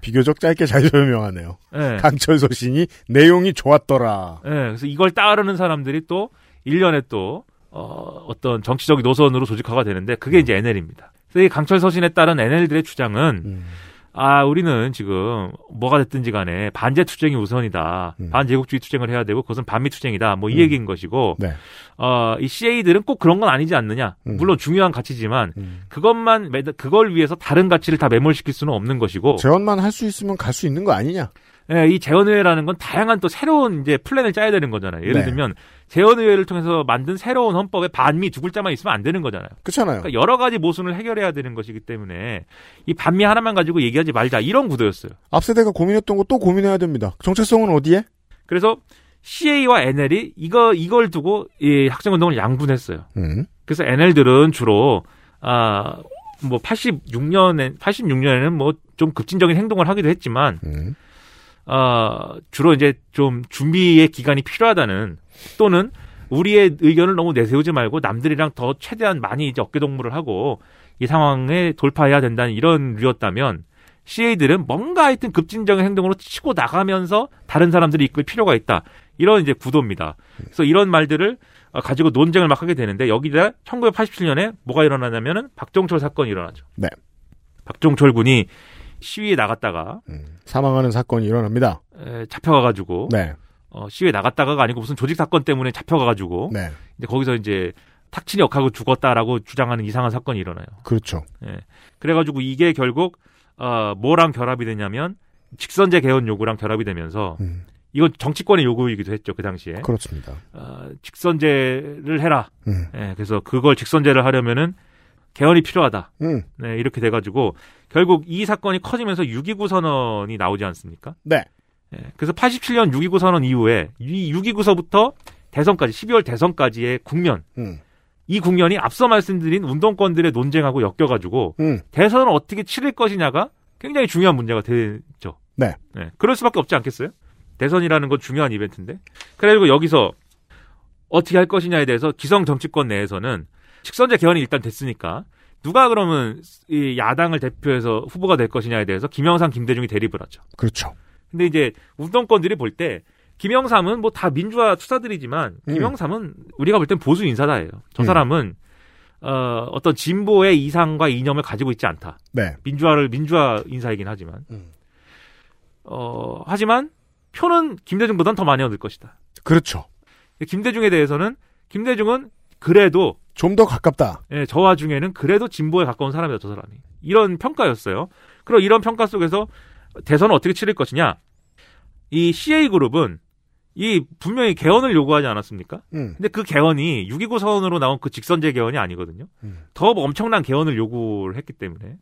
S2: 비교적 짧게 잘 설명하네요.
S11: 네.
S2: 강철 서신이 내용이 좋았더라.
S11: 예, 그래서 이걸 따르는 사람들이 또 일련의 또 어, 어떤 정치적 노선으로 조직화가 되는데 그게 이제 NL입니다. 그래서 이 강철 서신에 따른 NL들의 주장은
S2: 음.
S11: 아 우리는 지금 뭐가 됐든지 간에 반제 투쟁이 우선이다. 반제국주의 투쟁을 해야 되고 그것은 반미 투쟁이다. 뭐 이 얘기인 것이고
S2: 네.
S11: 어, 이 CA들은 꼭 그런 건 아니지 않느냐. 물론 중요한
S2: 음.
S11: 가치지만 그것만 매, 그걸 위해서 다른 가치를 다 매몰시킬 수는 없는 것이고
S2: 재원만 할 수 있으면 갈 수 있는 거 아니냐?
S11: 예, 이 재원의회라는 건 다양한 또 새로운 이제 플랜을 짜야 되는 거잖아요. 예를
S2: 네.
S11: 들면 재원의회를 통해서 만든 새로운 헌법에 반미 두 글자만 있으면 안 되는 거잖아요.
S2: 그렇잖아요.
S11: 그러니까 여러 가지 모순을 해결해야 되는 것이기 때문에 이 반미 하나만 가지고 얘기하지 말자 이런 구도였어요.
S2: 앞세대가 고민했던 거 또 고민해야 됩니다. 정체성은 어디에?
S11: 그래서 CA와 NL이 이거 이걸 두고 이 학생 운동을 양분했어요.
S2: 음.
S11: 그래서 NL들은 주로 아 뭐 86년에 86년에는 뭐 좀 급진적인 행동을 하기도 했지만
S2: 음,
S11: 아 주로 이제 좀 준비의 기간이 필요하다는 또는 우리의 의견을 너무 내세우지 말고 남들이랑 더 최대한 많이 이제 어깨동무를 하고 이 상황에 돌파해야 된다는 이런 류였다면 CA들은 뭔가 하여튼 급진적인 행동으로 치고 나가면서 다른 사람들이 이끌 필요가 있다. 이런 이제 구도입니다. 그래서 이런 말들을 어, 가지고 논쟁을 막 하게 되는데 여기다 1987년에 뭐가 일어나냐면은 박종철 사건이 일어나죠.
S2: 네.
S11: 박종철 군이 시위에 나갔다가
S2: 음. 사망하는 사건이 일어납니다.
S11: 에, 잡혀가가지고
S2: 네.
S11: 어, 시위에 나갔다가가 아니고 무슨 조직 사건 때문에 잡혀가가지고
S2: 네.
S11: 이제 거기서 이제 탁친이 역하고 죽었다라고 주장하는 이상한 사건이 일어나요.
S2: 그렇죠.
S11: 예. 그래가지고 이게 결국 어, 뭐랑 결합이 되냐면 직선제 개헌 요구랑 결합이 되면서 이건 정치권의 요구이기도 했죠 그 당시에.
S2: 음, 그렇습니다.
S11: 어, 직선제를 해라.
S2: 음.
S11: 예, 그래서 그걸 직선제를 하려면은 개헌이 필요하다.
S2: 음.
S11: 네, 이렇게 돼가지고 결국 이 사건이 커지면서 6.29 선언이 나오지 않습니까?
S2: 네.
S11: 예, 그래서 87년 6.29 선언 이후에 이 6.29서부터 대선까지 12월 대선까지의 국면
S2: 음.
S11: 이 국면이 앞서 말씀드린 운동권들의 논쟁하고 엮여가지고
S2: 음.
S11: 대선을 어떻게 치를 것이냐가 굉장히 중요한 문제가 되죠.
S2: 네.
S11: 네, 그럴 수밖에 없지 않겠어요? 대선이라는 건 중요한 이벤트인데. 그래가지고 여기서 어떻게 할 것이냐에 대해서 기성 정치권 내에서는 직선제 개헌이 일단 됐으니까 누가 그러면 이 야당을 대표해서 후보가 될 것이냐에 대해서 김영삼, 김대중이 대립을 하죠.
S2: 그렇죠.
S11: 근데 이제 운동권들이 볼 때 김영삼은 뭐 다 민주화 투사들이지만
S2: 음.
S11: 김영삼은 우리가 볼 땐 보수 인사다예요. 저
S2: 음.
S11: 사람은 어, 어떤 진보의 이상과 이념을 가지고 있지 않다.
S2: 네.
S11: 민주화를 민주화 인사이긴 하지만
S2: 음.
S11: 어, 하지만 표는 김대중보단 더 많이 얻을 것이다.
S2: 그렇죠.
S11: 김대중에 대해서는 김대중은 그래도
S2: 좀 더 가깝다.
S11: 예, 저와 중에는 그래도 진보에 가까운 사람이다, 저 사람이. 이런 평가였어요. 그럼 이런 평가 속에서 대선을 어떻게 치를 것이냐? 이 CA그룹은 이 분명히 개헌을 요구하지 않았습니까?
S2: 음.
S11: 근데 그 개헌이 6.29 선언으로 나온 그 직선제 개헌이 아니거든요.
S2: 음.
S11: 더 엄청난 개헌을 요구를 했기 때문에.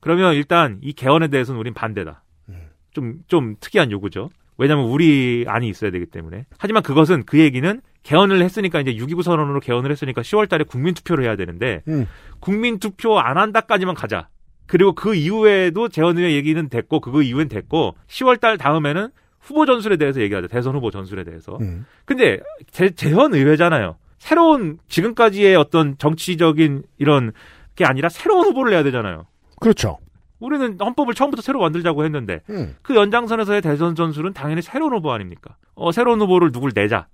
S11: 그러면 일단 이 개헌에 대해서는 우린 반대다.
S2: 음.
S11: 좀, 좀 특이한 요구죠. 왜냐면 우리 안이 있어야 되기 때문에. 하지만 그것은 그 얘기는 개헌을 했으니까 이제 6.29 선언으로 개헌을 했으니까 10월 달에 국민 투표를 해야 되는데
S2: 음.
S11: 국민 투표 안 한다까지만 가자. 그리고 그 이후에도 재헌의 얘기는 됐고 그거 이후엔 됐고 10월 달 다음에는 후보 전술에 대해서 얘기하자. 대선 후보 전술에 대해서.
S2: 음.
S11: 근데 재, 재헌 의회잖아요. 새로운 지금까지의 어떤 정치적인 이런 게 아니라 새로운 후보를 내야 되잖아요.
S2: 그렇죠.
S11: 우리는 헌법을 처음부터 새로 만들자고 했는데
S2: 음.
S11: 그 연장선에서의 대선 전술은 당연히 새로운 후보 아닙니까? 어, 새로운 후보를 누굴 내자.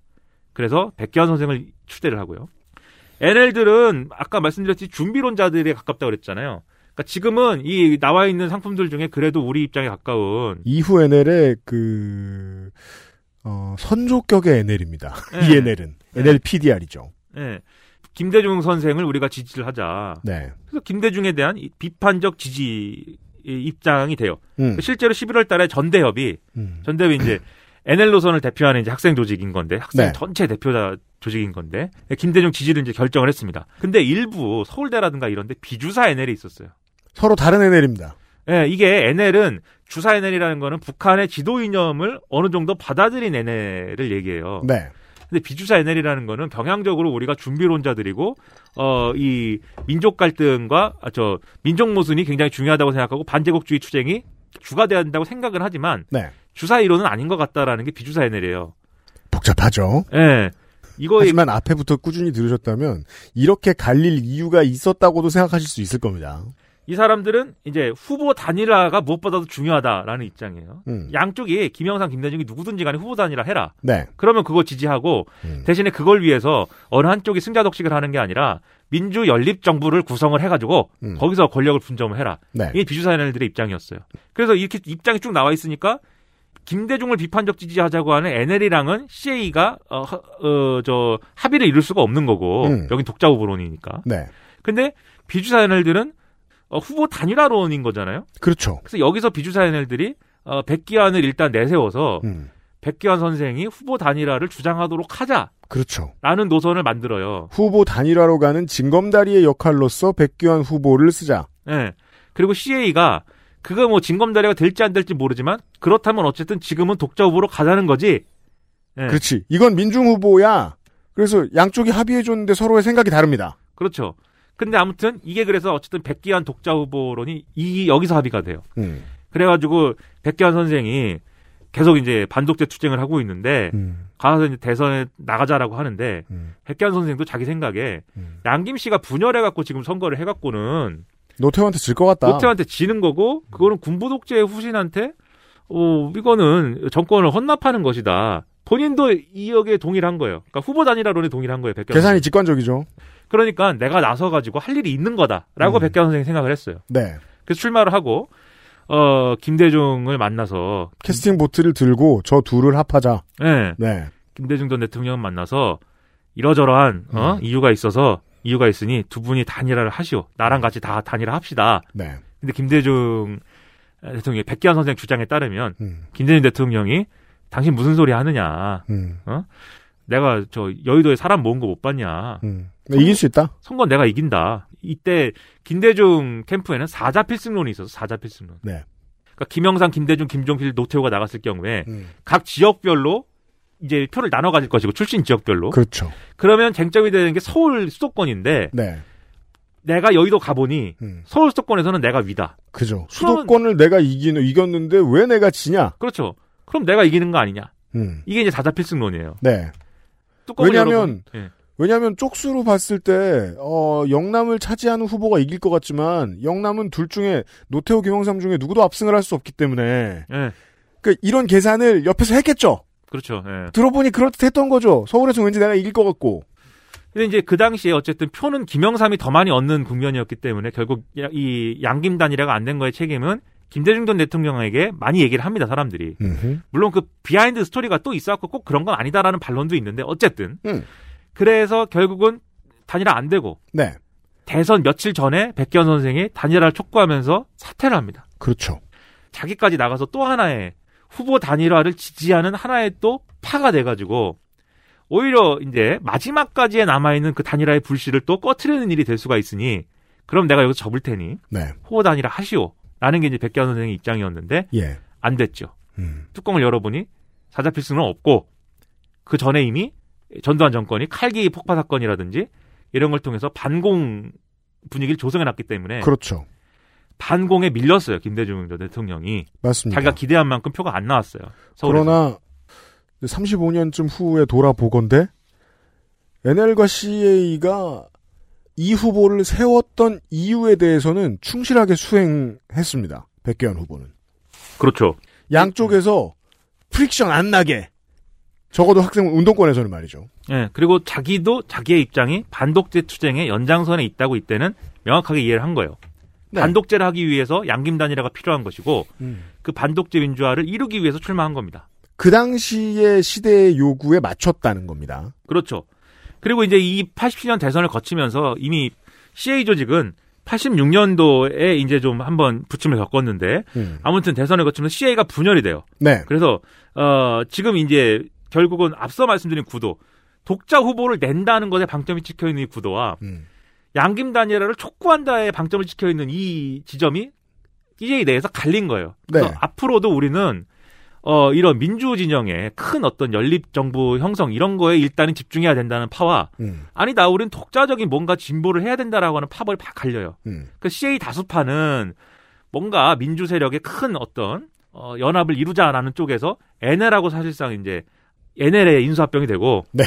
S11: 그래서 백기환 선생을 추대를 하고요. NL들은 아까 말씀드렸듯이 준비론자들에 가깝다고 그랬잖아요. 그러니까 지금은 이 나와 있는 상품들 중에 그래도 우리 입장에 가까운
S2: 이후 NL의 그, 어, 선조격의 NL입니다. 이 NL은. NLPDR이죠.
S11: 예, 김대중 선생을 우리가 지지를 하자.
S2: 네.
S11: 그래서 김대중에 대한 이 비판적 지지 이 입장이 돼요.
S2: 음.
S11: 실제로 11월 달에 전대협이 전대협이 이제 NL 노선을 대표하는 이제 학생 조직인 건데 학생
S2: 네.
S11: 전체 대표자 조직인 건데 김대중 지지를 이제 결정을 했습니다. 근데 일부 서울대라든가 이런데 비주사 NL이 있었어요.
S2: 서로 다른 NL입니다.
S11: 예, 이게 NL은 주사 NL이라는 거는 북한의 지도 이념을 어느 정도 받아들인 NL을 얘기해요.
S2: 네.
S11: 근데 비주사 NL이라는 거는 경향적으로 우리가 준비론자들이고 어 이 민족 갈등과 아, 저 민족 모순이 굉장히 중요하다고 생각하고 반제국주의 투쟁이 주가 돼야 한다고 생각을 하지만
S2: 네.
S11: 주사 이론은 아닌 것 같다라는 게 비주사 NL이에요.
S2: 복잡하죠.
S11: 예. 이거
S2: 하지만 앞에부터 꾸준히 들으셨다면 이렇게 갈릴 이유가 있었다고도 생각하실 수 있을 겁니다.
S11: 이 사람들은 이제 후보 단일화가 무엇보다도 중요하다라는 입장이에요.
S2: 음.
S11: 양쪽이 김영삼, 김대중이 누구든지 간에 후보 단일화 해라.
S2: 네.
S11: 그러면 그거 지지하고
S2: 음.
S11: 대신에 그걸 위해서 어느 한쪽이 승자독식을 하는 게 아니라 민주 연립 정부를 구성을 해가지고
S2: 음.
S11: 거기서 권력을 분점을 해라.
S2: 네.
S11: 이게 비주사연들의 입장이었어요. 그래서 이렇게 입장이 쭉 나와 있으니까 김대중을 비판적 지지하자고 하는 NL이랑은 CA가 어, 어저 합의를 이룰 수가 없는 거고
S2: 음.
S11: 여긴 독자 후보론이니까.
S2: 네.
S11: 근데 비주사연들은 후보 단일화론인 거잖아요.
S2: 그렇죠.
S11: 그래서 여기서 비주사연들이 어, 백기환을 일단 내세워서
S2: 음.
S11: 백기환 선생이 후보 단일화를 주장하도록 하자라는
S2: 그렇죠.
S11: 노선을 만들어요.
S2: 후보 단일화로 가는 징검다리의 역할로서 백규환 후보를 쓰자.
S11: 예. 그리고 CA가 그거 뭐 진검다리가 될지 안 될지 모르지만 그렇다면 어쨌든 지금은 독자 후보로 가자는 거지. 예.
S2: 그렇지. 이건 민중 후보야. 그래서 양쪽이 합의해줬는데 서로의 생각이 다릅니다.
S11: 그렇죠. 근데 아무튼 이게 그래서 어쨌든 백기환 독자 후보론이 이 여기서 합의가 돼요.
S2: 음.
S11: 그래가지고 백기환 선생이 계속 이제 반독재 투쟁을 하고 있는데
S2: 음,
S11: 가서 이제 대선에 나가자라고 하는데 백기환 선생도 자기 생각에
S2: 음.
S11: 양김 씨가 분열해갖고 지금 선거를 해갖고는
S2: 노태우한테 질 것 같다. 음.
S11: 노태한테 지는 거고 그거는 군부 독재의 후신한테 어 이거는 정권을 헌납하는 것이다. 본인도 이 역에 동일한 거예요. 그러니까 후보 단일화론에 동일한 거예요. 백기환
S2: 계산이 직관적이죠.
S11: 그러니까 내가 나서 가지고 할 일이 있는 거다라고
S2: 음.
S11: 백경 선생이 생각을 했어요.
S2: 네.
S11: 그래서 출마를 하고 어 김대중을 만나서
S2: 캐스팅 보트를 들고 저 둘을 합하자.
S11: 예.
S2: 네.
S11: 김대중 전 대통령을 만나서 이러저러한
S2: 음.
S11: 어, 이유가 있어서 이유가 있으니 두 분이 단일화를 하시오. 나랑 같이 다 단일화 합시다.
S2: 네.
S11: 근데 김대중 대통령이 백기환 선생 주장에 따르면 김대중 대통령이 당신 무슨 소리 하느냐.
S2: 음.
S11: 어? 내가 저 여의도에 사람 모은 거 못 봤냐.
S2: 네, 이길 수 있다.
S11: 선거 내가 이긴다. 이때 김대중 캠프에는 사자 필승론이 있어서 사자 필승론.
S2: 네.
S11: 그러니까 김영삼, 김대중, 김종필, 노태우가 나갔을 경우에
S2: 음,
S11: 각 지역별로 이제 표를 나눠 가질 것이고 출신 지역별로.
S2: 그렇죠.
S11: 그러면 쟁점이 되는 게 서울 수도권인데
S2: 네. 음.
S11: 내가 여의도 가보니 서울 수도권에서는 내가 위다.
S2: 그죠. 수도권을 내가 이기는 이겼는데 왜 내가 지냐?
S11: 그렇죠. 그럼 내가 이기는 거 아니냐.
S2: 음.
S11: 이게 이제 사자 필승론이에요.
S2: 네.
S11: 뚜껑을
S2: 왜냐면-
S11: 열어보니- 예.
S2: 왜냐하면 쪽수로 봤을 때 어, 영남을 차지하는 후보가 이길 것 같지만 영남은 둘 중에 노태우 김영삼 중에 누구도 압승을 할 수 없기 때문에
S11: 예.
S2: 그 이런 계산을 옆에서 했겠죠.
S11: 그렇죠. 예.
S2: 들어보니 그럴듯했던 거죠. 서울에서 왠지 내가 이길 것 같고.
S11: 근데 이제 그 당시에 어쨌든 표는 김영삼이 더 많이 얻는 국면이었기 때문에 결국 야- 이 양김단이라가 안 된 거의 책임은 김대중 전 대통령에게 많이 얘기를 합니다 사람들이 물론 그 비하인드 스토리가 또 있어갖고 꼭 그런 건 아니다라는 반론도 있는데 어쨌든 그래서 결국은 단일화 안 되고
S2: 네.
S11: 대선 며칠 전에 백기현 선생이 단일화를 촉구하면서 사퇴를 합니다
S2: 그렇죠.
S11: 자기까지 나가서 또 하나의 후보 단일화를 지지하는 하나의 또 파가 돼가지고 오히려 이제 마지막까지에 남아있는 그 단일화의 불씨를 또 꺼트리는 일이 될 수가 있으니 그럼 내가 여기서 접을 테니
S2: 네.
S11: 후보 단일화 하시오 라는 게 이제 백기환 선생의 입장이었는데
S2: 예. 음.
S11: 안 됐죠. 뚜껑을 열어보니 사자필승은 없고 그 전에 이미 전두환 정권이 칼기 폭파 사건이라든지 이런 걸 통해서 반공 분위기를 조성해놨기 때문에
S2: 그렇죠.
S11: 반공에 밀렸어요 김대중 전 대통령이
S2: 맞습니다.
S11: 자기가 기대한 만큼 표가 안 나왔어요. 서울에서.
S2: 그러나 35년쯤 후에 돌아보건대 NL과 CA가 이 후보를 세웠던 이유에 대해서는 충실하게 수행했습니다. 백계현 후보는.
S11: 그렇죠.
S2: 양쪽에서 프릭션 안 나게 적어도 학생 운동권에서는 말이죠.
S11: 예, 그리고 자기도 자기의 입장이 반독재 투쟁의 연장선에 있다고 이때는 명확하게 이해를 한 거예요.
S2: 네.
S11: 반독재를 하기 위해서 양김단일화가 필요한 것이고
S2: 음.
S11: 그 반독재 민주화를 이루기 위해서 출마한 겁니다.
S2: 그 당시의 시대의 요구에 맞췄다는 겁니다.
S11: 그렇죠. 그리고 이제 이 87년 대선을 거치면서 이미 CA 조직은 86년도에 이제 좀 한번 부침을 겪었는데
S2: 음.
S11: 아무튼 대선을 거치면서 CA가 분열이 돼요.
S2: 네.
S11: 그래서 어, 지금 이제 결국은 앞서 말씀드린 구도 독자 후보를 낸다는 것에 방점이 찍혀 있는 이 구도와
S2: 음,
S11: 양김 단일화를 촉구한다에 방점을 찍혀 있는 이 지점이 이제 내에서 갈린 거예요. 그래서
S2: 네.
S11: 앞으로도 우리는 어, 이런 민주 진영의 큰 어떤 연립 정부 형성 이런 거에 일단은 집중해야 된다는 파와
S2: 음.
S11: 아니다 우린 독자적인 뭔가 진보를 해야 된다라고 하는 파벌이 팍 갈려요.
S2: 음.
S11: 그 CA 다수파는 뭔가 민주 세력의 큰 어떤 어, 연합을 이루자라는 쪽에서 NL하고 사실상 이제 NL의 인수합병이 되고
S2: 네.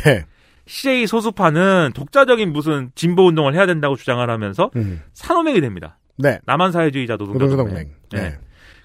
S11: CA 소수파는 독자적인 무슨 진보 운동을 해야 된다고 주장을 하면서
S2: 음.
S11: 산호맹이 됩니다.
S2: 네.
S11: 남한 사회주의자 노동자동맹.
S2: 노동자동맹.
S11: 네.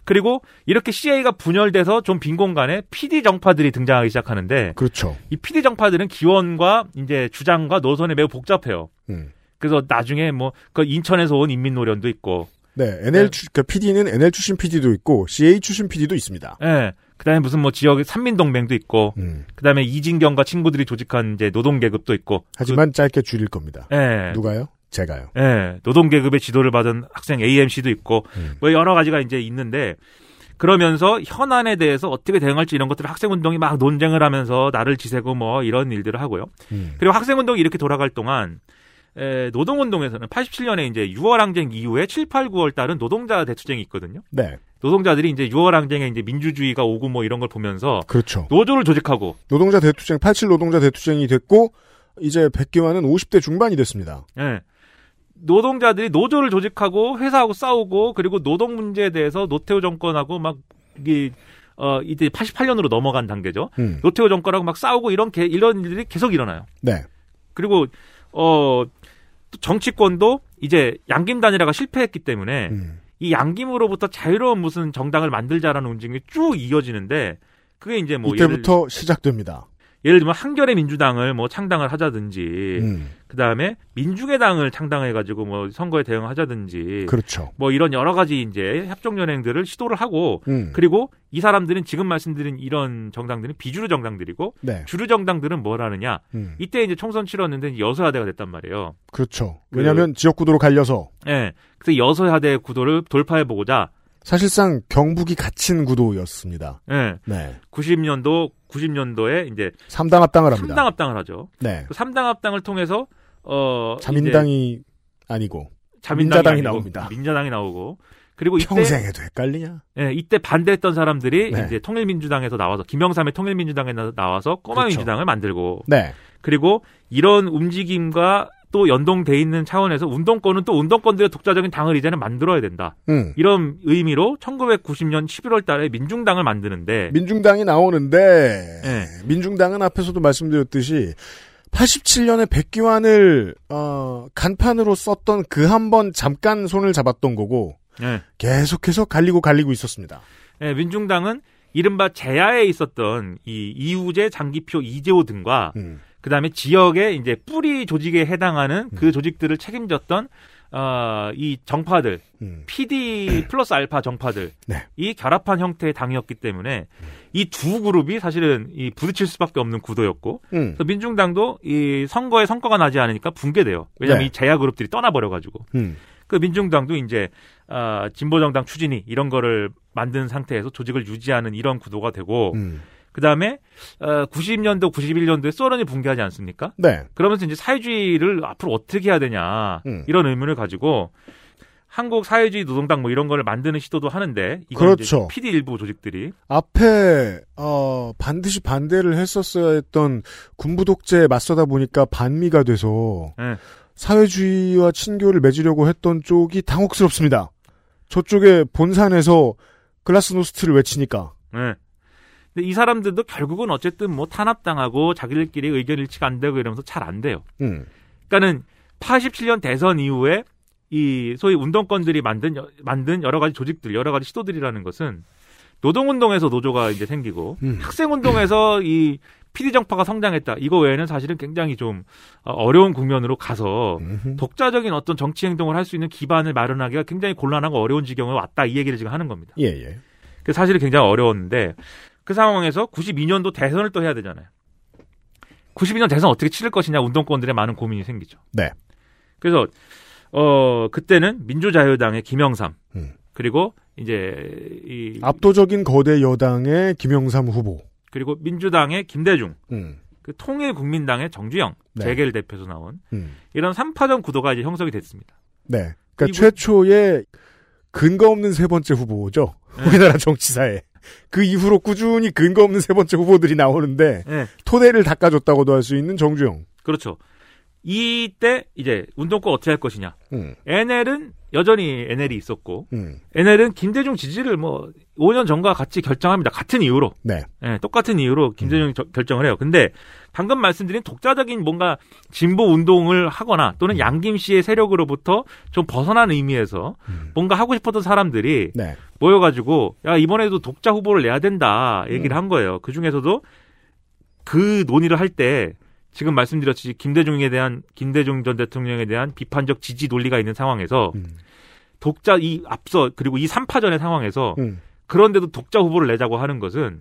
S11: 그리고 이렇게 CA가 분열돼서 좀 빈 공간에 PD 정파들이 등장하기 시작하는데
S2: 그렇죠.
S11: 이 PD 정파들은 기원과 이제 주장과 노선이 매우 복잡해요.
S2: 음.
S11: 그래서 나중에 뭐 그 인천에서 온 인민노련도 있고
S2: 네. NL 출, 그러니까 PD는 NL 출신 PD도 있고 CA 출신 PD도 있습니다.
S11: 예. 그다음에 무슨 뭐 지역의 삼민동맹도 있고, 그다음에 이진경과 친구들이 조직한 이제 노동계급도 있고.
S2: 하지만 짧게 줄일 겁니다.
S11: 그- 예.
S2: 누가요? 제가요. 음.
S11: 예. 노동계급의 지도를 받은 학생 AMC도 있고, 뭐 여러 가지가 이제 있는데, 그러면서 현안에 대해서 어떻게 대응할지 이런 것들을 학생운동이 막 논쟁을 하면서 나를 지새고 뭐 이런 일들을 하고요.
S14: 음.
S11: 그리고 학생운동이 이렇게 돌아갈 동안 에, 노동운동에서는 87년에 이제 6월 항쟁 이후에 7, 8, 9월 달은 노동자 대투쟁이 있거든요.
S2: 네.
S11: 노동자들이 이제 6월 항쟁에 이제 민주주의가 오고 뭐 이런 걸 보면서
S2: 그렇죠.
S11: 노조를 조직하고
S2: 노동자 대투쟁 87 노동자 대투쟁이 됐고 이제 백기환은 50대 중반이 됐습니다.
S11: 예. 노동자들이 노조를 조직하고 회사하고 싸우고 그리고 노동 문제에 대해서 노태우 정권하고 막 이게 어 이제 88년으로 넘어간 단계죠.
S2: 음.
S11: 노태우 정권하고 막 싸우고 이런 게 이런 일들이 계속 일어나요.
S2: 네.
S11: 그리고 어또 정치권도 이제 양김 단일화가 실패했기 때문에
S2: 음.
S11: 이 양김으로부터 자유로운 무슨 정당을 만들자라는 움직임이 쭉 이어지는데 그게 이제 뭐 예를-
S2: 이때부터 시작됩니다.
S11: 예를 들면 한결의 민주당을 뭐 창당을 하자든지
S2: 음.
S11: 그다음에 민중의당을 창당해 가지고 뭐 선거에 대응하자든지
S2: 그렇죠.
S11: 뭐 이런 여러 가지 이제 협정 연행들을 시도를 하고
S2: 음.
S11: 그리고 이 사람들은 지금 말씀드린 이런 정당들은 비주류 정당들이고
S2: 네.
S11: 주류 정당들은 뭘 하느냐
S2: 음.
S11: 이때 이제 총선 치렀는데 이제 여수야대가 됐단 말이에요.
S2: 그렇죠.
S11: 그-
S2: 왜냐하면 지역구도로 갈려서
S11: 예. 그래서 여수야대 구도를 돌파해 보고자
S2: 사실상 경북이 갇힌 구도였습니다.
S11: 예.
S2: 네.
S11: 90년도 90년도에 이제
S2: 삼당 합당을 합니다.
S11: 삼당 합당을 하죠.
S2: 네.
S11: 그 삼당 합당을 통해서 어
S2: 자민당이 아니고
S11: 이제 자민당이
S2: 민자당이
S11: 아니고
S2: 나옵니다.
S11: 민자당이 나오고 그리고 이때
S2: 평생에도 헷갈리냐?
S11: 예, 이때 반대했던 사람들이
S2: 네.
S11: 이제 통일민주당에서 나와서 김영삼의 통일민주당에 나- 나와서 꼬마
S2: 그렇죠.
S11: 민주당을 만들고
S2: 네.
S11: 그리고 이런 움직임과 또 연동돼 있는 차원에서 운동권은 또 운동권들의 독자적인 당을 이제는 만들어야 된다.
S2: 음.
S11: 이런 의미로 1990년 11월 달에 민중당을 만드는데
S2: 민중당이 나오는데 예.
S11: 예.
S2: 민중당은 앞에서도 말씀드렸듯이 87년에 백기환을 어, 간판으로 썼던 그 한 번 잠깐 손을 잡았던 거고
S11: 예.
S2: 계속해서 갈리고 갈리고 있었습니다.
S11: 예, 민중당은 이른바 제야에 있었던 이 이우재, 장기표, 이재호 등과 그다음에 지역의 이제 뿌리 조직에 해당하는
S2: 음.
S11: 그 조직들을 책임졌던 어, 이 정파들,
S2: 음.
S11: PD 플러스 알파 정파들,
S2: 네.
S11: 이 결합한 형태의 당이었기 때문에 이 두 그룹이 사실은 이 부딪힐 수밖에 없는 구도였고,
S2: 음.
S11: 그래서 민중당도 이 선거에 성과가 나지 않으니까 붕괴돼요. 왜냐하면
S2: 네.
S11: 이 제야 그룹들이 떠나버려가지고.
S2: 음.
S11: 그 민중당도 이제 아, 진보정당 추진이 이런 거를 만든 상태에서 조직을 유지하는 이런 구도가 되고
S2: 음.
S11: 그다음에 어, 90년도 91년도에 소련이 붕괴하지 않습니까?
S2: 네.
S11: 그러면서 이제 사회주의를 앞으로 어떻게 해야 되냐
S2: 음.
S11: 이런 의문을 가지고 한국 사회주의 노동당 뭐 이런 거를 만드는 시도도 하는데 이건
S2: 그렇죠.
S11: 이제 PD 일부 조직들이
S2: 앞에 어, 반드시 반대를 했었어야 했던 군부 독재에 맞서다 보니까 반미가 돼서
S11: 예.
S2: 사회주의와 친교를 맺으려고 했던 쪽이 당혹스럽습니다. 저쪽에 본산에서 글라스노스트를 외치니까
S11: 예. 근데 이 사람들도 결국은 어쨌든 뭐 탄압당하고 자기들끼리 의견 일치가 안 되고 이러면서 잘 안 돼요.
S2: 음.
S11: 그러니까는 87년 대선 이후에 이 소위 운동권들이 만든 여- 만든 여러 가지 조직들, 여러 가지 시도들이라는 것은 노동운동에서 노조가 이제 생기고
S2: 음.
S11: 학생운동에서 이 피디 정파가 성장했다. 이거 외에는 사실은 굉장히 좀 어, 어려운 국면으로 가서 독자적인 어떤 정치 행동을 할 수 있는 기반을 마련하기가 굉장히 곤란하고 어려운 지경에 왔다. 이 얘기를 지금 하는 겁니다.
S2: 예, 예.
S11: 그 사실이 굉장히 어려웠는데 그 상황에서 92년도 대선을 또 해야 되잖아요. 92년 대선 어떻게 치를 것이냐 운동권들의 많은 고민이 생기죠.
S2: 네.
S11: 그래서 어 그때는 민주자유당의 김영삼
S2: 음.
S11: 그리고 이제 이
S2: 압도적인 거대 여당의 김영삼 후보.
S11: 그리고 민주당의 김대중
S2: 음.
S11: 그 통일국민당의 정주영
S2: 네.
S11: 재계를 대표해서 나온
S2: 음.
S11: 이런 삼파전 구도가 이제 형성이 됐습니다.
S2: 네. 그러니까 최초의 근거 없는 세 번째 후보죠. 우리나라 정치사에. 그 이후로 꾸준히 근거 없는 세 번째 후보들이 나오는데
S11: 네.
S2: 토대를 닦아줬다고도 할 수 있는 정주영.
S11: 그렇죠. 이때 이제 운동권 어떻게 할 것이냐.
S2: 음.
S11: NL은 여전히 NL이 있었고
S2: 음.
S11: NL은 김대중 지지를 뭐 5년 전과 같이 결정합니다. 같은 이유로.
S2: 네.
S11: 예, 똑같은 이유로 김대중 이 결정을 해요. 근데 방금 말씀드린 독자적인 뭔가 진보 운동을 하거나 또는 양김 씨의 세력으로부터 좀 벗어난 의미에서 뭔가 하고 싶었던 사람들이
S2: 네.
S11: 모여가지고 야 이번에도 독자 후보를 내야 된다 얘기를 한 거예요. 그 중에서도 그 논의를 할 때 지금 말씀드렸듯이 김대중에 대한 김대중 전 대통령에 대한 비판적 지지 논리가 있는
S2: 음.
S11: 상황에서 독자 이 앞서 그리고 이 3파전의 상황에서
S2: 음.
S11: 그런데도 독자 후보를 내자고 하는 것은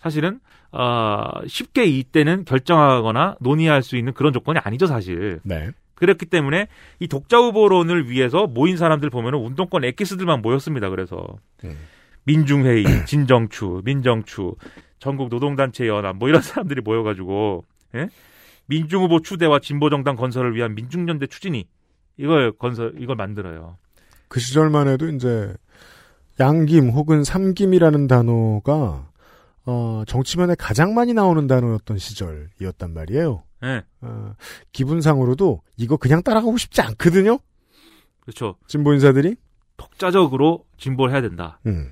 S11: 사실은 어, 쉽게 이때는 결정하거나 논의할 수 있는 그런 조건이 아니죠 사실.
S2: 네.
S11: 그렇기 때문에 이 독자 후보론을 위해서 모인 사람들 보면은 운동권 엑기스들만 모였습니다. 그래서 민중회의, 진정추, 민정추, 전국 노동단체 연합 뭐 이런 사람들이 모여가지고 예? 민중 후보 추대와 진보 정당 건설을 위한 민중연대 추진이 이걸 건설 이걸 만들어요.
S2: 그 시절만 해도 이제 양김 혹은 삼김이라는 단어가 어, 정치면에 가장 많이 나오는 단어였던 시절이었단 말이에요.
S11: 예.
S2: 어, 기분상으로도 이거 그냥 따라가고 싶지 않거든요.
S11: 그렇죠.
S2: 진보 인사들이
S11: 독자적으로 진보를 해야 된다.
S2: 음.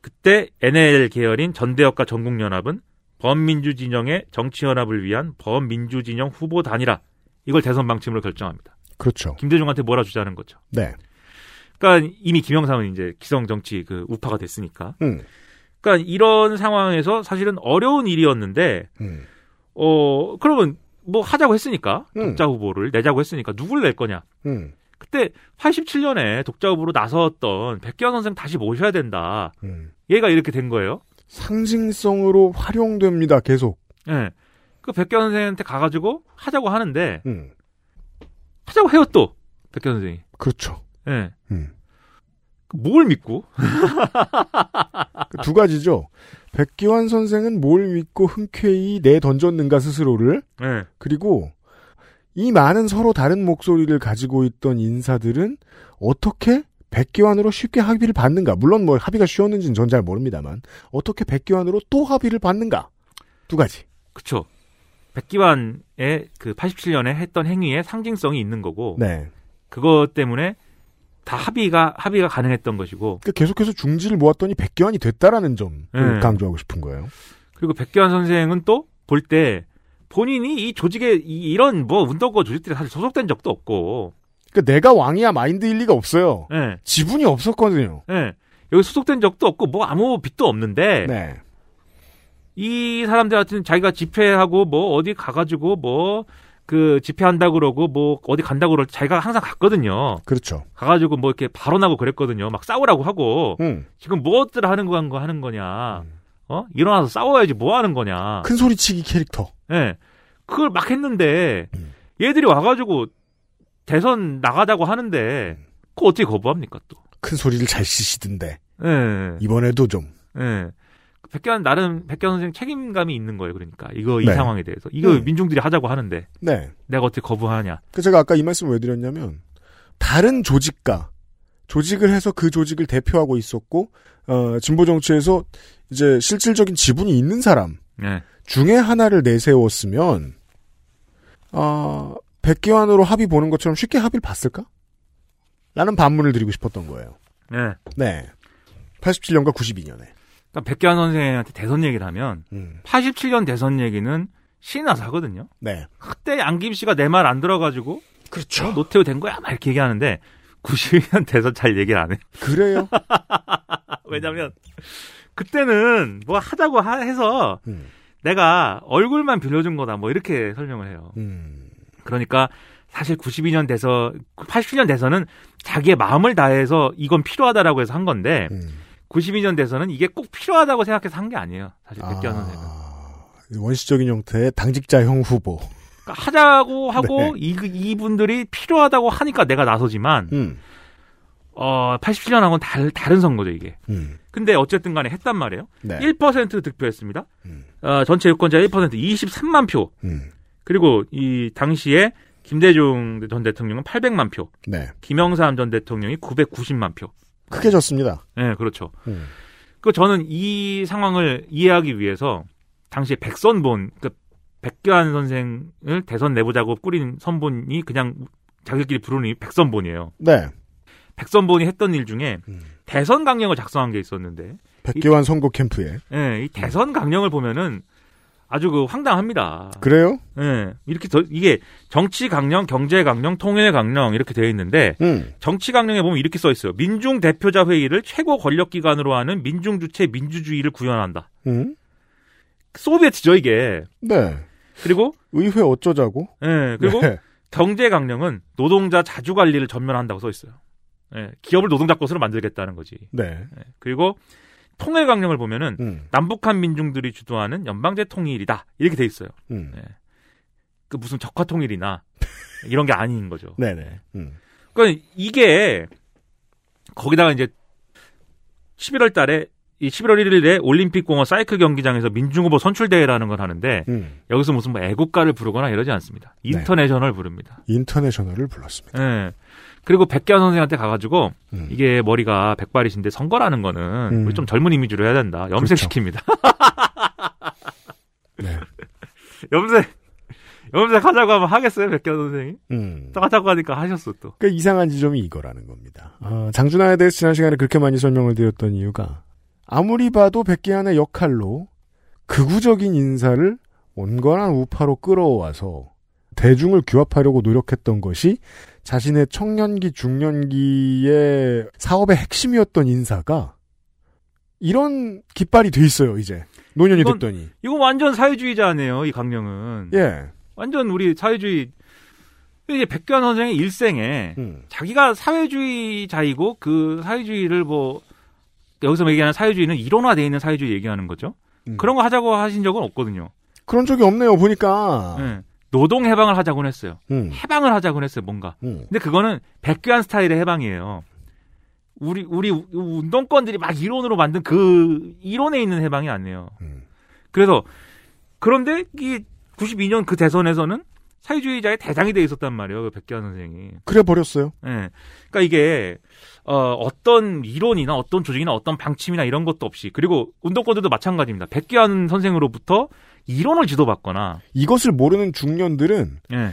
S11: 그때 NL 계열인 전대협과 전국연합은 범민주 진영의 정치연합을 위한 범민주 진영 후보단이라 이걸 대선 방침으로 결정합니다.
S2: 그렇죠.
S11: 김대중한테 몰아주자는 거죠.
S2: 네.
S11: 그러니까 이미 김영삼은 이제 기성 정치 그 우파가 됐으니까.
S2: 음.
S11: 그러니까 이런 상황에서 사실은 어려운 일이었는데
S2: 음.
S11: 어 그러면 뭐 하자고 했으니까
S2: 음.
S11: 독자 후보를 내자고 했으니까 누굴 낼 거냐?
S2: 음.
S11: 그때 87년에 독자 후보로 나섰던 백기환 선생 다시 모셔야 된다.
S2: 음.
S11: 얘가 이렇게 된 거예요.
S2: 상징성으로 활용됩니다. 계속.
S11: 예. 그 백기환 선생한테 가가지고 하자고 하는데
S2: 음.
S11: 하자고 해요 또 백기환 선생이.
S2: 그렇죠.
S11: 예.
S2: 음.
S11: 뭘 믿고?
S2: 그두 가지죠. 백기환 선생은 뭘 믿고 흔쾌히 내 던졌는가 스스로를
S11: 예.
S2: 그리고 이 많은 서로 다른 목소리를 가지고 있던 인사들은 어떻게 백기환으로 쉽게 합의를 받는가 물론 뭐 합의가 쉬웠는지는 전 잘 모릅니다만 어떻게 백기환으로 또 합의를 받는가 두 가지
S11: 그쵸. 백기환의 그 87년에 했던 행위에 상징성이 있는 거고
S2: 네
S11: 그것 때문에 다 합의가 합의가 가능했던 것이고
S2: 그러니까 계속해서 중지를 모았더니 백기환이 됐다라는 점을
S11: 네.
S2: 강조하고 싶은 거예요
S11: 그리고 백기환 선생은 또 볼 때 본인이 이 조직에 이, 이런 뭐 운동권 조직들이 사실 소속된 적도 없고
S2: 그러니까 내가 왕이야 마인드일 리가 없어요
S11: 예.
S2: 지분이 없었거든요
S11: 예. 여기 소속된 적도 없고 뭐 아무 빚도 없는데
S2: 네
S11: 이 사람들한테는 자기가 집회하고 뭐 어디 가가지고 뭐 그 집회한다 그러고 뭐 어디 간다 그러고 자기가 항상 갔거든요.
S2: 그렇죠
S11: 가가지고 뭐 이렇게 발언하고 그랬거든요. 막 싸우라고 하고
S2: 음.
S11: 지금 무엇들 하는 거 한 거 하는 거냐. 어 일어나서 싸워야지 뭐 하는 거냐.
S2: 큰 소리치기 캐릭터
S11: 예. 그걸 막 했는데
S2: 음.
S11: 얘들이 와가지고 대선 나가자고
S2: 음.
S11: 하는데 그거 어떻게 거부합니까 또?
S2: 큰 소리를 잘 쓰시던데 음.
S11: 예.
S2: 이번에도 좀
S11: 예. 백현 나름 백현 선생 책임감이 있는 거예요. 그러니까 이거 이
S2: 네.
S11: 상황에 대해서 이거
S2: 음.
S11: 민중들이 하자고 하는데
S2: 네.
S11: 내가 어떻게 거부하냐.
S2: 그 제가 아까 이 말씀을 왜 드렸냐면 다른 조직과 조직을 해서 그 조직을 대표하고 있었고 어, 진보 정치에서 이제 실질적인 지분이 있는 사람
S11: 예.
S2: 중에 하나를 내세웠으면 어, 백기환으로 합의 보는 것처럼 쉽게 합의를 봤을까? 라는 반문을 드리고 싶었던 거예요.
S11: 예.
S2: 네. 87년과 92년에.
S11: 그러니까 백현 선생한테 대선 얘기를 하면
S2: 음.
S11: 87년 대선 얘기는 신이 나서 하거든요.
S2: 네.
S11: 그때 양김 씨가 내 말 안 들어가지고
S2: 그렇죠.
S11: 어, 노태우 된 거야 막 이렇게 얘기하는데 92년 돼서 잘 얘기를 안 해요.
S2: 그래요.
S11: 왜냐면 그때는 뭐 하자고 하- 해서
S2: 음.
S11: 내가 얼굴만 빌려준 거다 뭐 이렇게 설명을 해요.
S2: 음.
S11: 그러니까 사실 92년 돼서 87년 돼서는 자기의 마음을 다해서 이건 필요하다라고 해서 한
S2: 음.
S11: 건데 92년 돼서는 이게 꼭 필요하다고 생각해서 한 게 아니에요. 사실 백기환 선생.
S2: 아, 원시적인 형태의 당직자형 후보.
S11: 그러니까 하자고 하고 이, 이분들이 필요하다고 하니까 내가 나서지만
S2: 네. 음.
S11: 어 87년하고는 달, 다른 선거죠 이게.
S2: 음.
S11: 근데 어쨌든 간에 했단 말이에요.
S2: 네.
S11: 1% 득표했습니다. 어, 전체 유권자 1% 23만 표.
S2: 음.
S11: 그리고 이 당시에 김대중 전 대통령은 800만 표,
S2: 네.
S11: 김영삼 전 대통령이 990만 표.
S2: 크게 졌습니다.
S11: 예, 그렇죠.
S2: 음.
S11: 그 저는 이 상황을 이해하기 위해서 당시에 백선본, 그 백교환 선생을 대선 내보자고 꾸린 선본이 그냥 자기들끼리 부르는 이 백선본이에요.
S2: 네.
S11: 백선본이 했던 일 중에 대선 강령을 작성한 게 있었는데,
S2: 백기환 선거 캠프에.
S11: 예, 이 대선 강령을 보면은 아주 그 황당합니다.
S2: 그래요?
S11: 예, 이렇게 더, 이게 정치 강령, 경제 강령, 통일 강령 이렇게 되어 있는데
S2: 음.
S11: 정치 강령에 보면 이렇게 써 있어요. 민중 대표자 회의를 최고 권력 기관으로 하는 민중 주체 민주주의를 구현한다.
S2: 음.
S11: 소비에트죠 이게.
S2: 네.
S11: 그리고
S2: 의회 어쩌자고?
S11: 예, 그리고
S2: 네.
S11: 경제 강령은 노동자 자주 관리를 전면한다고 써 있어요. 예, 기업을 노동자 것으로 만들겠다는 거지.
S2: 네.
S11: 예, 그리고 통일 강령을 보면은
S2: 음.
S11: 남북한 민중들이 주도하는 연방제 통일이다 이렇게 돼 있어요.
S2: 음.
S11: 예. 그 무슨 적화 통일이나 이런 게 아닌 거죠.
S2: 네네. 음.
S11: 그러니까 이게 거기다가 이제 11월 달에 이 11월 1일에 올림픽공원 사이클 경기장에서 민중후보 선출대회라는 걸 하는데
S2: 음.
S11: 여기서 무슨 뭐 애국가를 부르거나 이러지 않습니다. 인터내셔널 부릅니다.
S2: 인터내셔널을 불렀습니다.
S11: 예. 그리고 백기환 선생한테 가가지고
S2: 음.
S11: 이게 머리가 백발이신데 선거라는 거는 우리 좀 젊은 이미지로 해야 된다. 염색시킵니다.
S2: 네.
S11: 염색 염색하자고 하면 하겠어요 백기환 선생이?
S2: 음.
S11: 또 하자고 하니까 하셨어 또.
S2: 그 이상한 지점이 이거라는 겁니다. 아, 장준하에 대해서 지난 시간에 그렇게 많이 설명을 드렸던 이유가 아무리 봐도 백기환의 역할로 극우적인 인사를 온건한 우파로 끌어와서 대중을 규합하려고 노력했던 것이 자신의 청년기, 중년기의 사업의 핵심이었던 인사가 이런 깃발이 돼 있어요, 이제. 노년이
S11: 이건-
S2: 됐더니.
S11: 이거 완전 사회주의자 아니에요 이 강령은.
S2: 예.
S11: 완전 우리 사회주의 이제 백교환 선생의 일생에
S2: 음.
S11: 자기가 사회주의자이고 그 사회주의를 뭐 여기서 얘기하는 사회주의는 이론화되어 있는 사회주의 얘기하는 거죠. 그런 거 하자고 하신 적은 없거든요.
S2: 그런 적이 없네요, 보니까.
S11: 예. 노동 해방을 하자고는 했어요.
S2: 음.
S11: 해방을 하자고는 했어요, 뭔가.
S2: 음.
S11: 근데 그거는 백교환 스타일의 해방이에요. 우리 우리 우- 운동권들이 막 이론으로 만든 그 이론에 있는 해방이 아니에요. 그래서 그런데 이 92년 그 대선에서는 사회주의자의 대상이 돼 있었단 말이에요, 그 백교환 선생이.
S2: 그래 버렸어요.
S11: 예. 그러니까 이게 어, 어떤 이론이나 어떤 조직이나 어떤 방침이나 이런 것도 없이 그리고 운동권들도 마찬가지입니다. 백기환 선생으로부터 이론을 지도받거나
S2: 이것을 모르는 중년들은
S11: 예.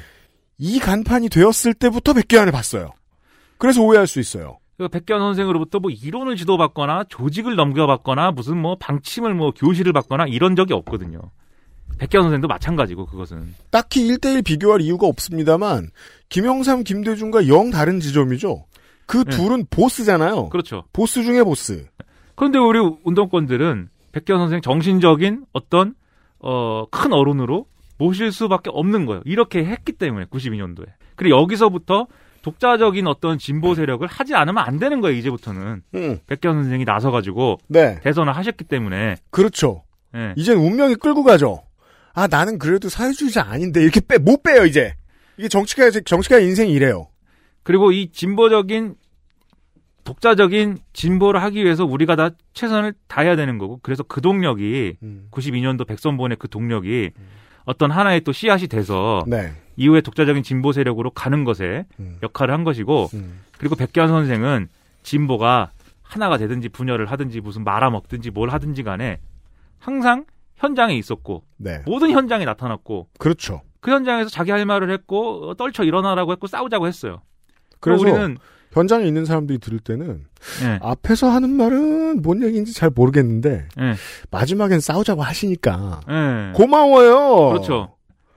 S2: 이 간판이 되었을 때부터 백기환을 봤어요. 그래서 오해할 수 있어요.
S11: 그 백기환 선생으로부터 뭐 이론을 지도받거나 조직을 넘겨받거나 무슨 뭐 방침을 뭐 교시를 받거나 이런 적이 없거든요. 백기환 선생도 마찬가지고 그것은
S2: 딱히 1대1 비교할 이유가 없습니다만 김영삼, 김대중과 영 다른 지점이죠. 그 둘은 보스잖아요.
S11: 예. 그렇죠.
S2: 보스 중에 보스.
S11: 그런데 우리 운동권들은 백기환 선생 정신적인 어떤 어, 큰 어른으로 모실 수밖에 없는 거예요. 이렇게 했기 때문에 92년도에. 그리고 여기서부터 독자적인 어떤 진보 세력을 하지 않으면 안 되는 거예요. 이제부터는 백기환 선생이 나서가지고
S2: 네.
S11: 대선을 하셨기 때문에
S2: 그렇죠.
S11: 예.
S2: 이젠 운명이 끌고 가죠. 아 나는 그래도 사회주의자 아닌데 이렇게 빼 못 빼요 이제. 이게 정치가 정치가 인생이 이래요.
S11: 그리고 이 진보적인 독자적인 진보를 하기 위해서 우리가 다 최선을 다해야 되는 거고 그래서 그 동력이
S2: 음.
S11: 92년도 백선본의 그 동력이 어떤 하나의 또 씨앗이 돼서
S2: 네. 음.
S11: 이후에 독자적인 진보 세력으로 가는 것에 역할을 한 것이고 그리고 백기환 선생은 진보가 하나가 되든지 분열을 하든지 무슨 말아먹든지 뭘 하든지 간에 항상 현장에 있었고
S2: 네.
S11: 모든 현장에 나타났고
S2: 그렇죠.
S11: 그 현장에서 자기 할 말을 했고 어, 떨쳐 일어나라고 했고 싸우자고 했어요.
S2: 그래서
S11: 우리는
S2: 현장에 있는 사람들이 들을 때는
S11: 예.
S2: 앞에서 하는 말은 뭔 얘기인지 잘 모르겠는데
S11: 예.
S2: 마지막엔 싸우자고 하시니까
S11: 예.
S2: 고마워요.
S11: 그렇죠.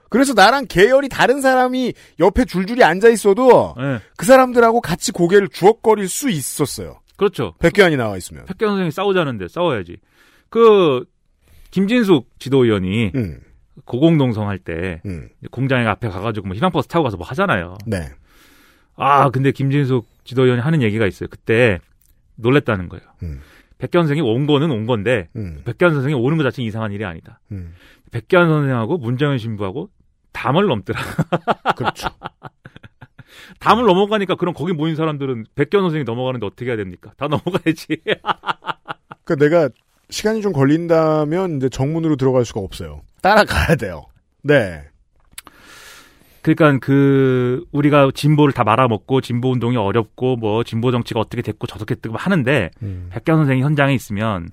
S2: 그래서 나랑 계열이 다른 사람이 옆에 줄줄이 앉아 있어도
S11: 예.
S2: 그 사람들하고 같이 고개를 주걱거릴 수 있었어요.
S11: 그렇죠.
S2: 백교환이 나와 있으면.
S11: 백경 선생이 싸우자는데 싸워야지. 그 김진숙 지도위원이
S2: 음,
S11: 고공동성 할 때 공장에 앞에 가가지고 뭐 희망버스 타고 가서 뭐 하잖아요.
S2: 네.
S11: 아 근데 김진숙 지도위원이 하는 얘기가 있어요. 그때 놀랬다는 거예요. 백경 선생이 온 거는 온 건데 백경 선생이 오는 것 자체는 이상한 일이 아니다.
S2: 음.
S11: 백경 선생하고 문정현 신부하고 담을 넘더라.
S2: 그렇죠.
S11: 담을 넘어가니까 그럼 거기 모인 사람들은 백경 선생이 넘어가는데 어떻게 해야 됩니까? 다 넘어가야지.
S2: 그러니까 내가 시간이 좀 걸린다면 이제 정문으로 들어갈 수가 없어요. 따라가야 돼요. 네.
S11: 그러니까 그 우리가 진보를 다 말아먹고 진보 운동이 어렵고 뭐 진보 정치가 어떻게 됐고 저렇게 뜨고 하는데
S2: 음,
S11: 백경 선생이 현장에 있으면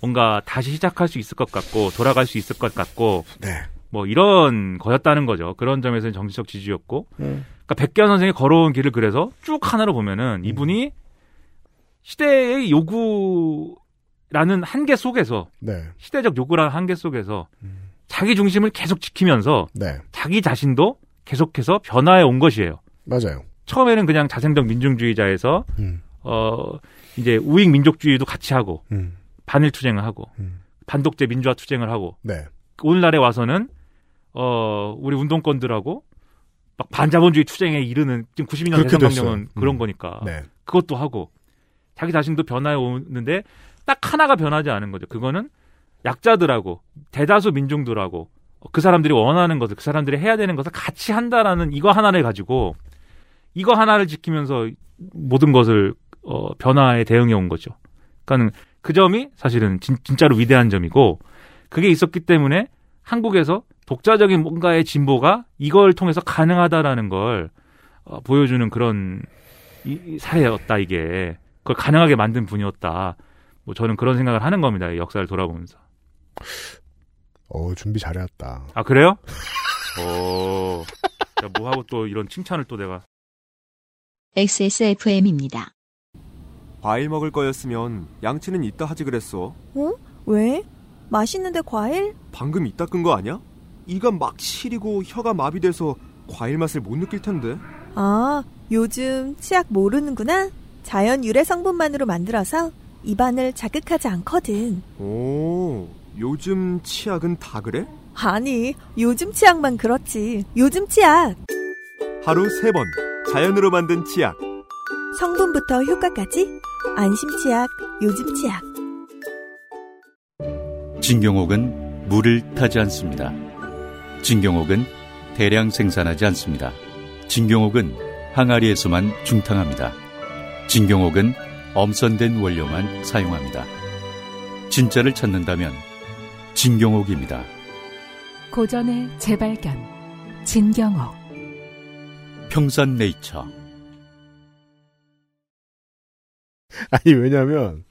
S11: 뭔가 다시 시작할 수 있을 것 같고 돌아갈 수 있을 것 같고
S2: 네,
S11: 뭐 이런 거였다는 거죠. 그런 점에서는 정치적 지지였고 그러니까 백기환 선생이 걸어온 길을 그래서 쭉 하나로 보면은 이분이 시대의 요구라는 한계 속에서
S2: 네.
S11: 시대적 요구라는 한계 속에서 자기 중심을 계속 지키면서
S2: 네.
S11: 자기 자신도 계속해서 변화해 온 것이에요.
S2: 맞아요.
S11: 처음에는 그냥 자생적 민중주의자에서
S2: 음.
S11: 어 이제 우익 민족주의도 같이 하고
S2: 음.
S11: 반일 투쟁을 하고 반독재 민주화 투쟁을 하고 그
S2: 네.
S11: 오늘날에 와서는 어 우리 운동권들하고 막 반자본주의 투쟁에 이르는 지금 92년
S2: 그렇게
S11: 대선 강령은
S2: 됐어요.
S11: 그런
S2: 음.
S11: 거니까
S2: 네.
S11: 그것도 하고 자기 자신도 변화해 오는데 딱 하나가 변하지 않은 거죠. 그거는 약자들하고 대다수 민중들하고 그 사람들이 원하는 것을 그 사람들이 해야 되는 것을 같이 한다라는 이거 하나를 가지고 이거 하나를 지키면서 모든 것을 어, 변화에 대응해 온 거죠. 그러니까 그 점이 사실은 진, 진짜로 위대한 점이고 그게 있었기 때문에 한국에서 독자적인 뭔가의 진보가 이걸 통해서 가능하다라는 걸 어, 보여주는 그런 이, 이 사례였다 이게 그걸 가능하게 만든 분이었다. 뭐 저는 그런 생각을 하는 겁니다. 이 역사를 돌아보면서.
S2: 어, 준비 잘해왔다.
S11: 아 그래요? 어. 야, 뭐하고 또 이런 칭찬을 또 내가
S1: XSFM입니다.
S12: 과일 먹을 거였으면 양치는 이따 하지 그랬어.
S13: 어? 왜? 맛있는데 과일?
S12: 방금 이따 끈 거 아니야? 이가 막 시리고 혀가 마비돼서 과일 맛을 못 느낄 텐데.
S13: 아, 요즘 치약 모르는구나. 자연 유래 성분만으로 만들어서 입안을 자극하지 않거든.
S12: 오, 요즘 치약은 다 그래?
S13: 아니, 요즘 치약만 그렇지. 요즘 치약.
S12: 하루 세 번 자연으로 만든 치약.
S13: 성분부터 효과까지 안심 치약, 요즘 치약.
S7: 진경옥은 물을 타지 않습니다. 진경옥은 대량 생산하지 않습니다. 진경옥은 항아리에서만 중탕합니다. 진경옥은 엄선된 원료만 사용합니다. 진짜를 찾는다면 진경옥입니다.
S14: 고전의 재발견 진경옥
S7: 평산 네이처.
S2: 아니 왜냐면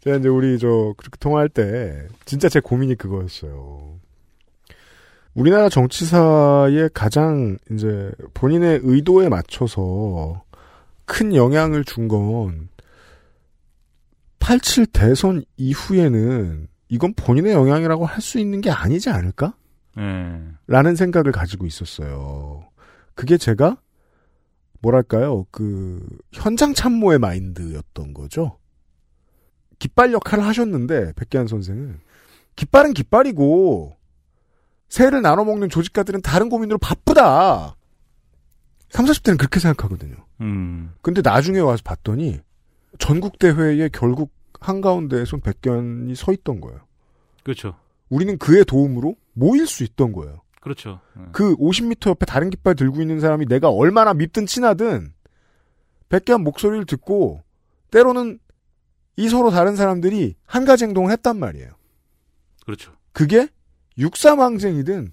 S2: 제가 이제 우리 저 그렇게 통화할 때 진짜 제 고민이 그거였어요. 우리나라 정치사의 가장 이제 본인의 의도에 맞춰서 큰 영향을 준 건 87 대선 이후에는 이건 본인의 영향이라고 할 수 있는 게 아니지 않을까?
S11: 예.
S2: 라는 생각을 가지고 있었어요. 그게 제가 뭐랄까요? 그 현장 참모의 마인드였던 거죠. 깃발 역할을 하셨는데 백기환 선생은 깃발은 깃발이고 새를 나눠 먹는 조직가들은 다른 고민으로 바쁘다. 30, 40대는 그렇게 생각하거든요.
S11: 음.
S2: 근데 나중에 와서 봤더니 전국 대회에 결국 한가운데에서 백견이 서 있던 거예요.
S11: 그렇죠.
S2: 우리는 그의 도움으로 모일 수 있던 거예요.
S11: 그렇죠.
S2: 그 50m 옆에 다른 깃발 들고 있는 사람이 내가 얼마나 밉든 친하든 백개한 목소리를 듣고 때로는 이 서로 다른 사람들이 한 가지 행동을 했단 말이에요.
S11: 그렇죠.
S2: 그게 육삼항쟁이든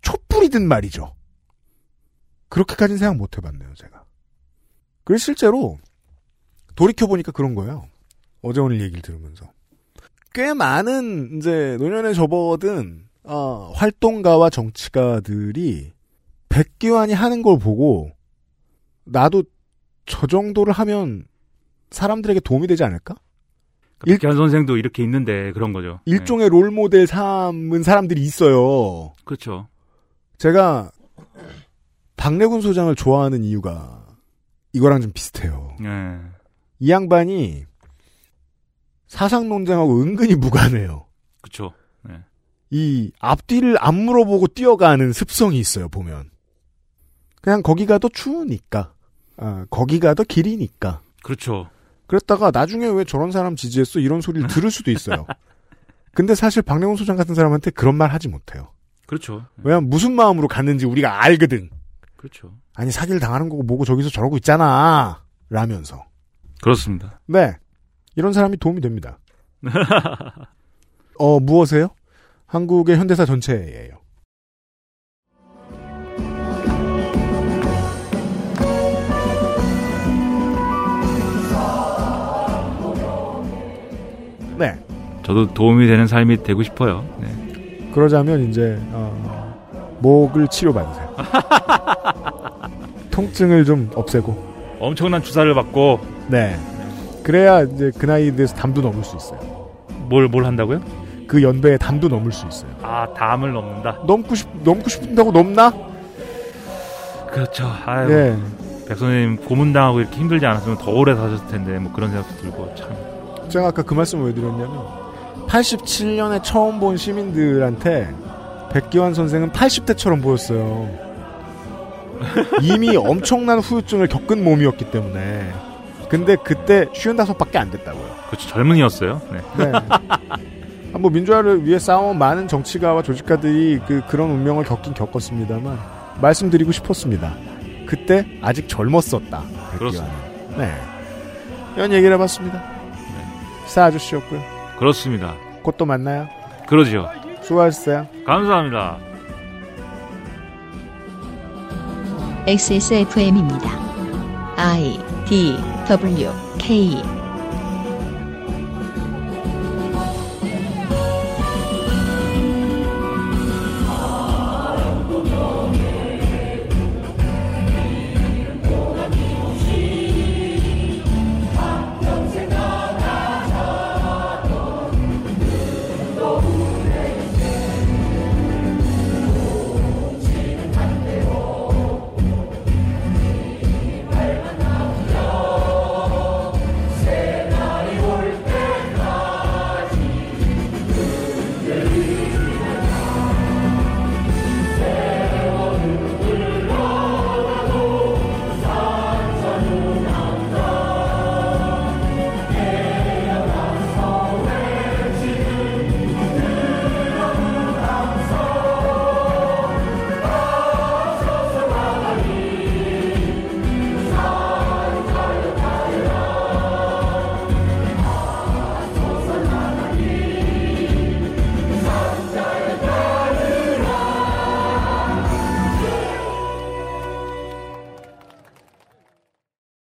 S2: 촛불이든 말이죠. 그렇게까지는 생각 못 해봤네요, 제가. 그래서 실제로 돌이켜보니까 그런 거예요. 어제 오늘 얘기를 들으면서. 꽤 많은 이제 노년에 접어든 어, 활동가와 정치가들이 백기환이 하는 걸 보고 나도 저 정도를 하면 사람들에게 도움이 되지 않을까?
S11: 그러니까 백현 선생도 이렇게 있는데 그런 거죠. 예.
S2: 일종의 롤모델 삼은 사람들이 있어요.
S11: 예. 그렇죠.
S2: 제가 박래군 소장을 좋아하는 이유가 이거랑 좀 비슷해요.
S11: 예.
S2: 이 양반이 사상 논쟁하고 은근히 무관해요.
S11: 그렇죠. 예.
S2: 이 앞뒤를 안 물어보고 뛰어가는 습성이 있어요, 보면. 그냥 거기 가도 추우니까. 아, 거기 가도 길이니까.
S11: 그렇죠.
S2: 그랬다가 나중에 왜 저런 사람 지지했어? 이런 소리를 들을 수도 있어요. 근데 사실 박래훈 소장 같은 사람한테 그런 말 하지 못해요.
S11: 그렇죠.
S2: 왜냐면 무슨 마음으로 갔는지 우리가 알거든.
S11: 그렇죠.
S2: 아니, 사기를 당하는 거고 뭐고 저기서 저러고 있잖아. 라면서.
S11: 그렇습니다.
S2: 네. 이런 사람이 도움이 됩니다. 어, 무엇에요? 한국의 현대사 전체예요. 네.
S11: 저도 도움이 되는 삶이 되고 싶어요. 네.
S2: 그러자면 이제 어, 목을 치료받으세요. 통증을 좀 없애고.
S11: 엄청난 주사를 받고
S2: 네. 그래야 이제 그 나이에 대해서 담도 넘을 수 있어요.
S11: 뭘 뭘 한다고요?
S2: 그 연배에 담도 넘을 수 있어요.
S11: 아 담을 넘는다.
S2: 넘고 싶 넘고 싶다고 넘나?
S11: 그렇죠. 아유.
S2: 예.
S11: 백 선생님 고문당하고 이렇게 힘들지 않았으면 더 오래 사셨을 텐데 뭐 그런 생각도 들고 참.
S2: 제가 아까 그 말씀을 왜 드렸냐면 87년에 처음 본 시민들한테 백기환 선생은 80대처럼 보였어요. 이미 엄청난 후유증을 겪은 몸이었기 때문에. 근데 그때 55밖에 안 됐다고요.
S11: 그렇죠. 젊은이였어요. 네.
S2: 네. 아, 뭐 민주화를 위해 싸운 많은 정치가와 조직가들이 그, 그런 운명을 겪긴 겪었습니다만 말씀드리고 싶었습니다. 그때 아직 젊었었다. 백기환은.
S11: 그렇습니다.
S2: 네. 이런 얘기를 해봤습니다. 사 아저씨였고요.
S11: 그렇습니다.
S2: 곧 또 만나요.
S11: 그러죠.
S2: 수고하셨어요.
S11: 감사합니다.
S1: XSFM입니다. I D W K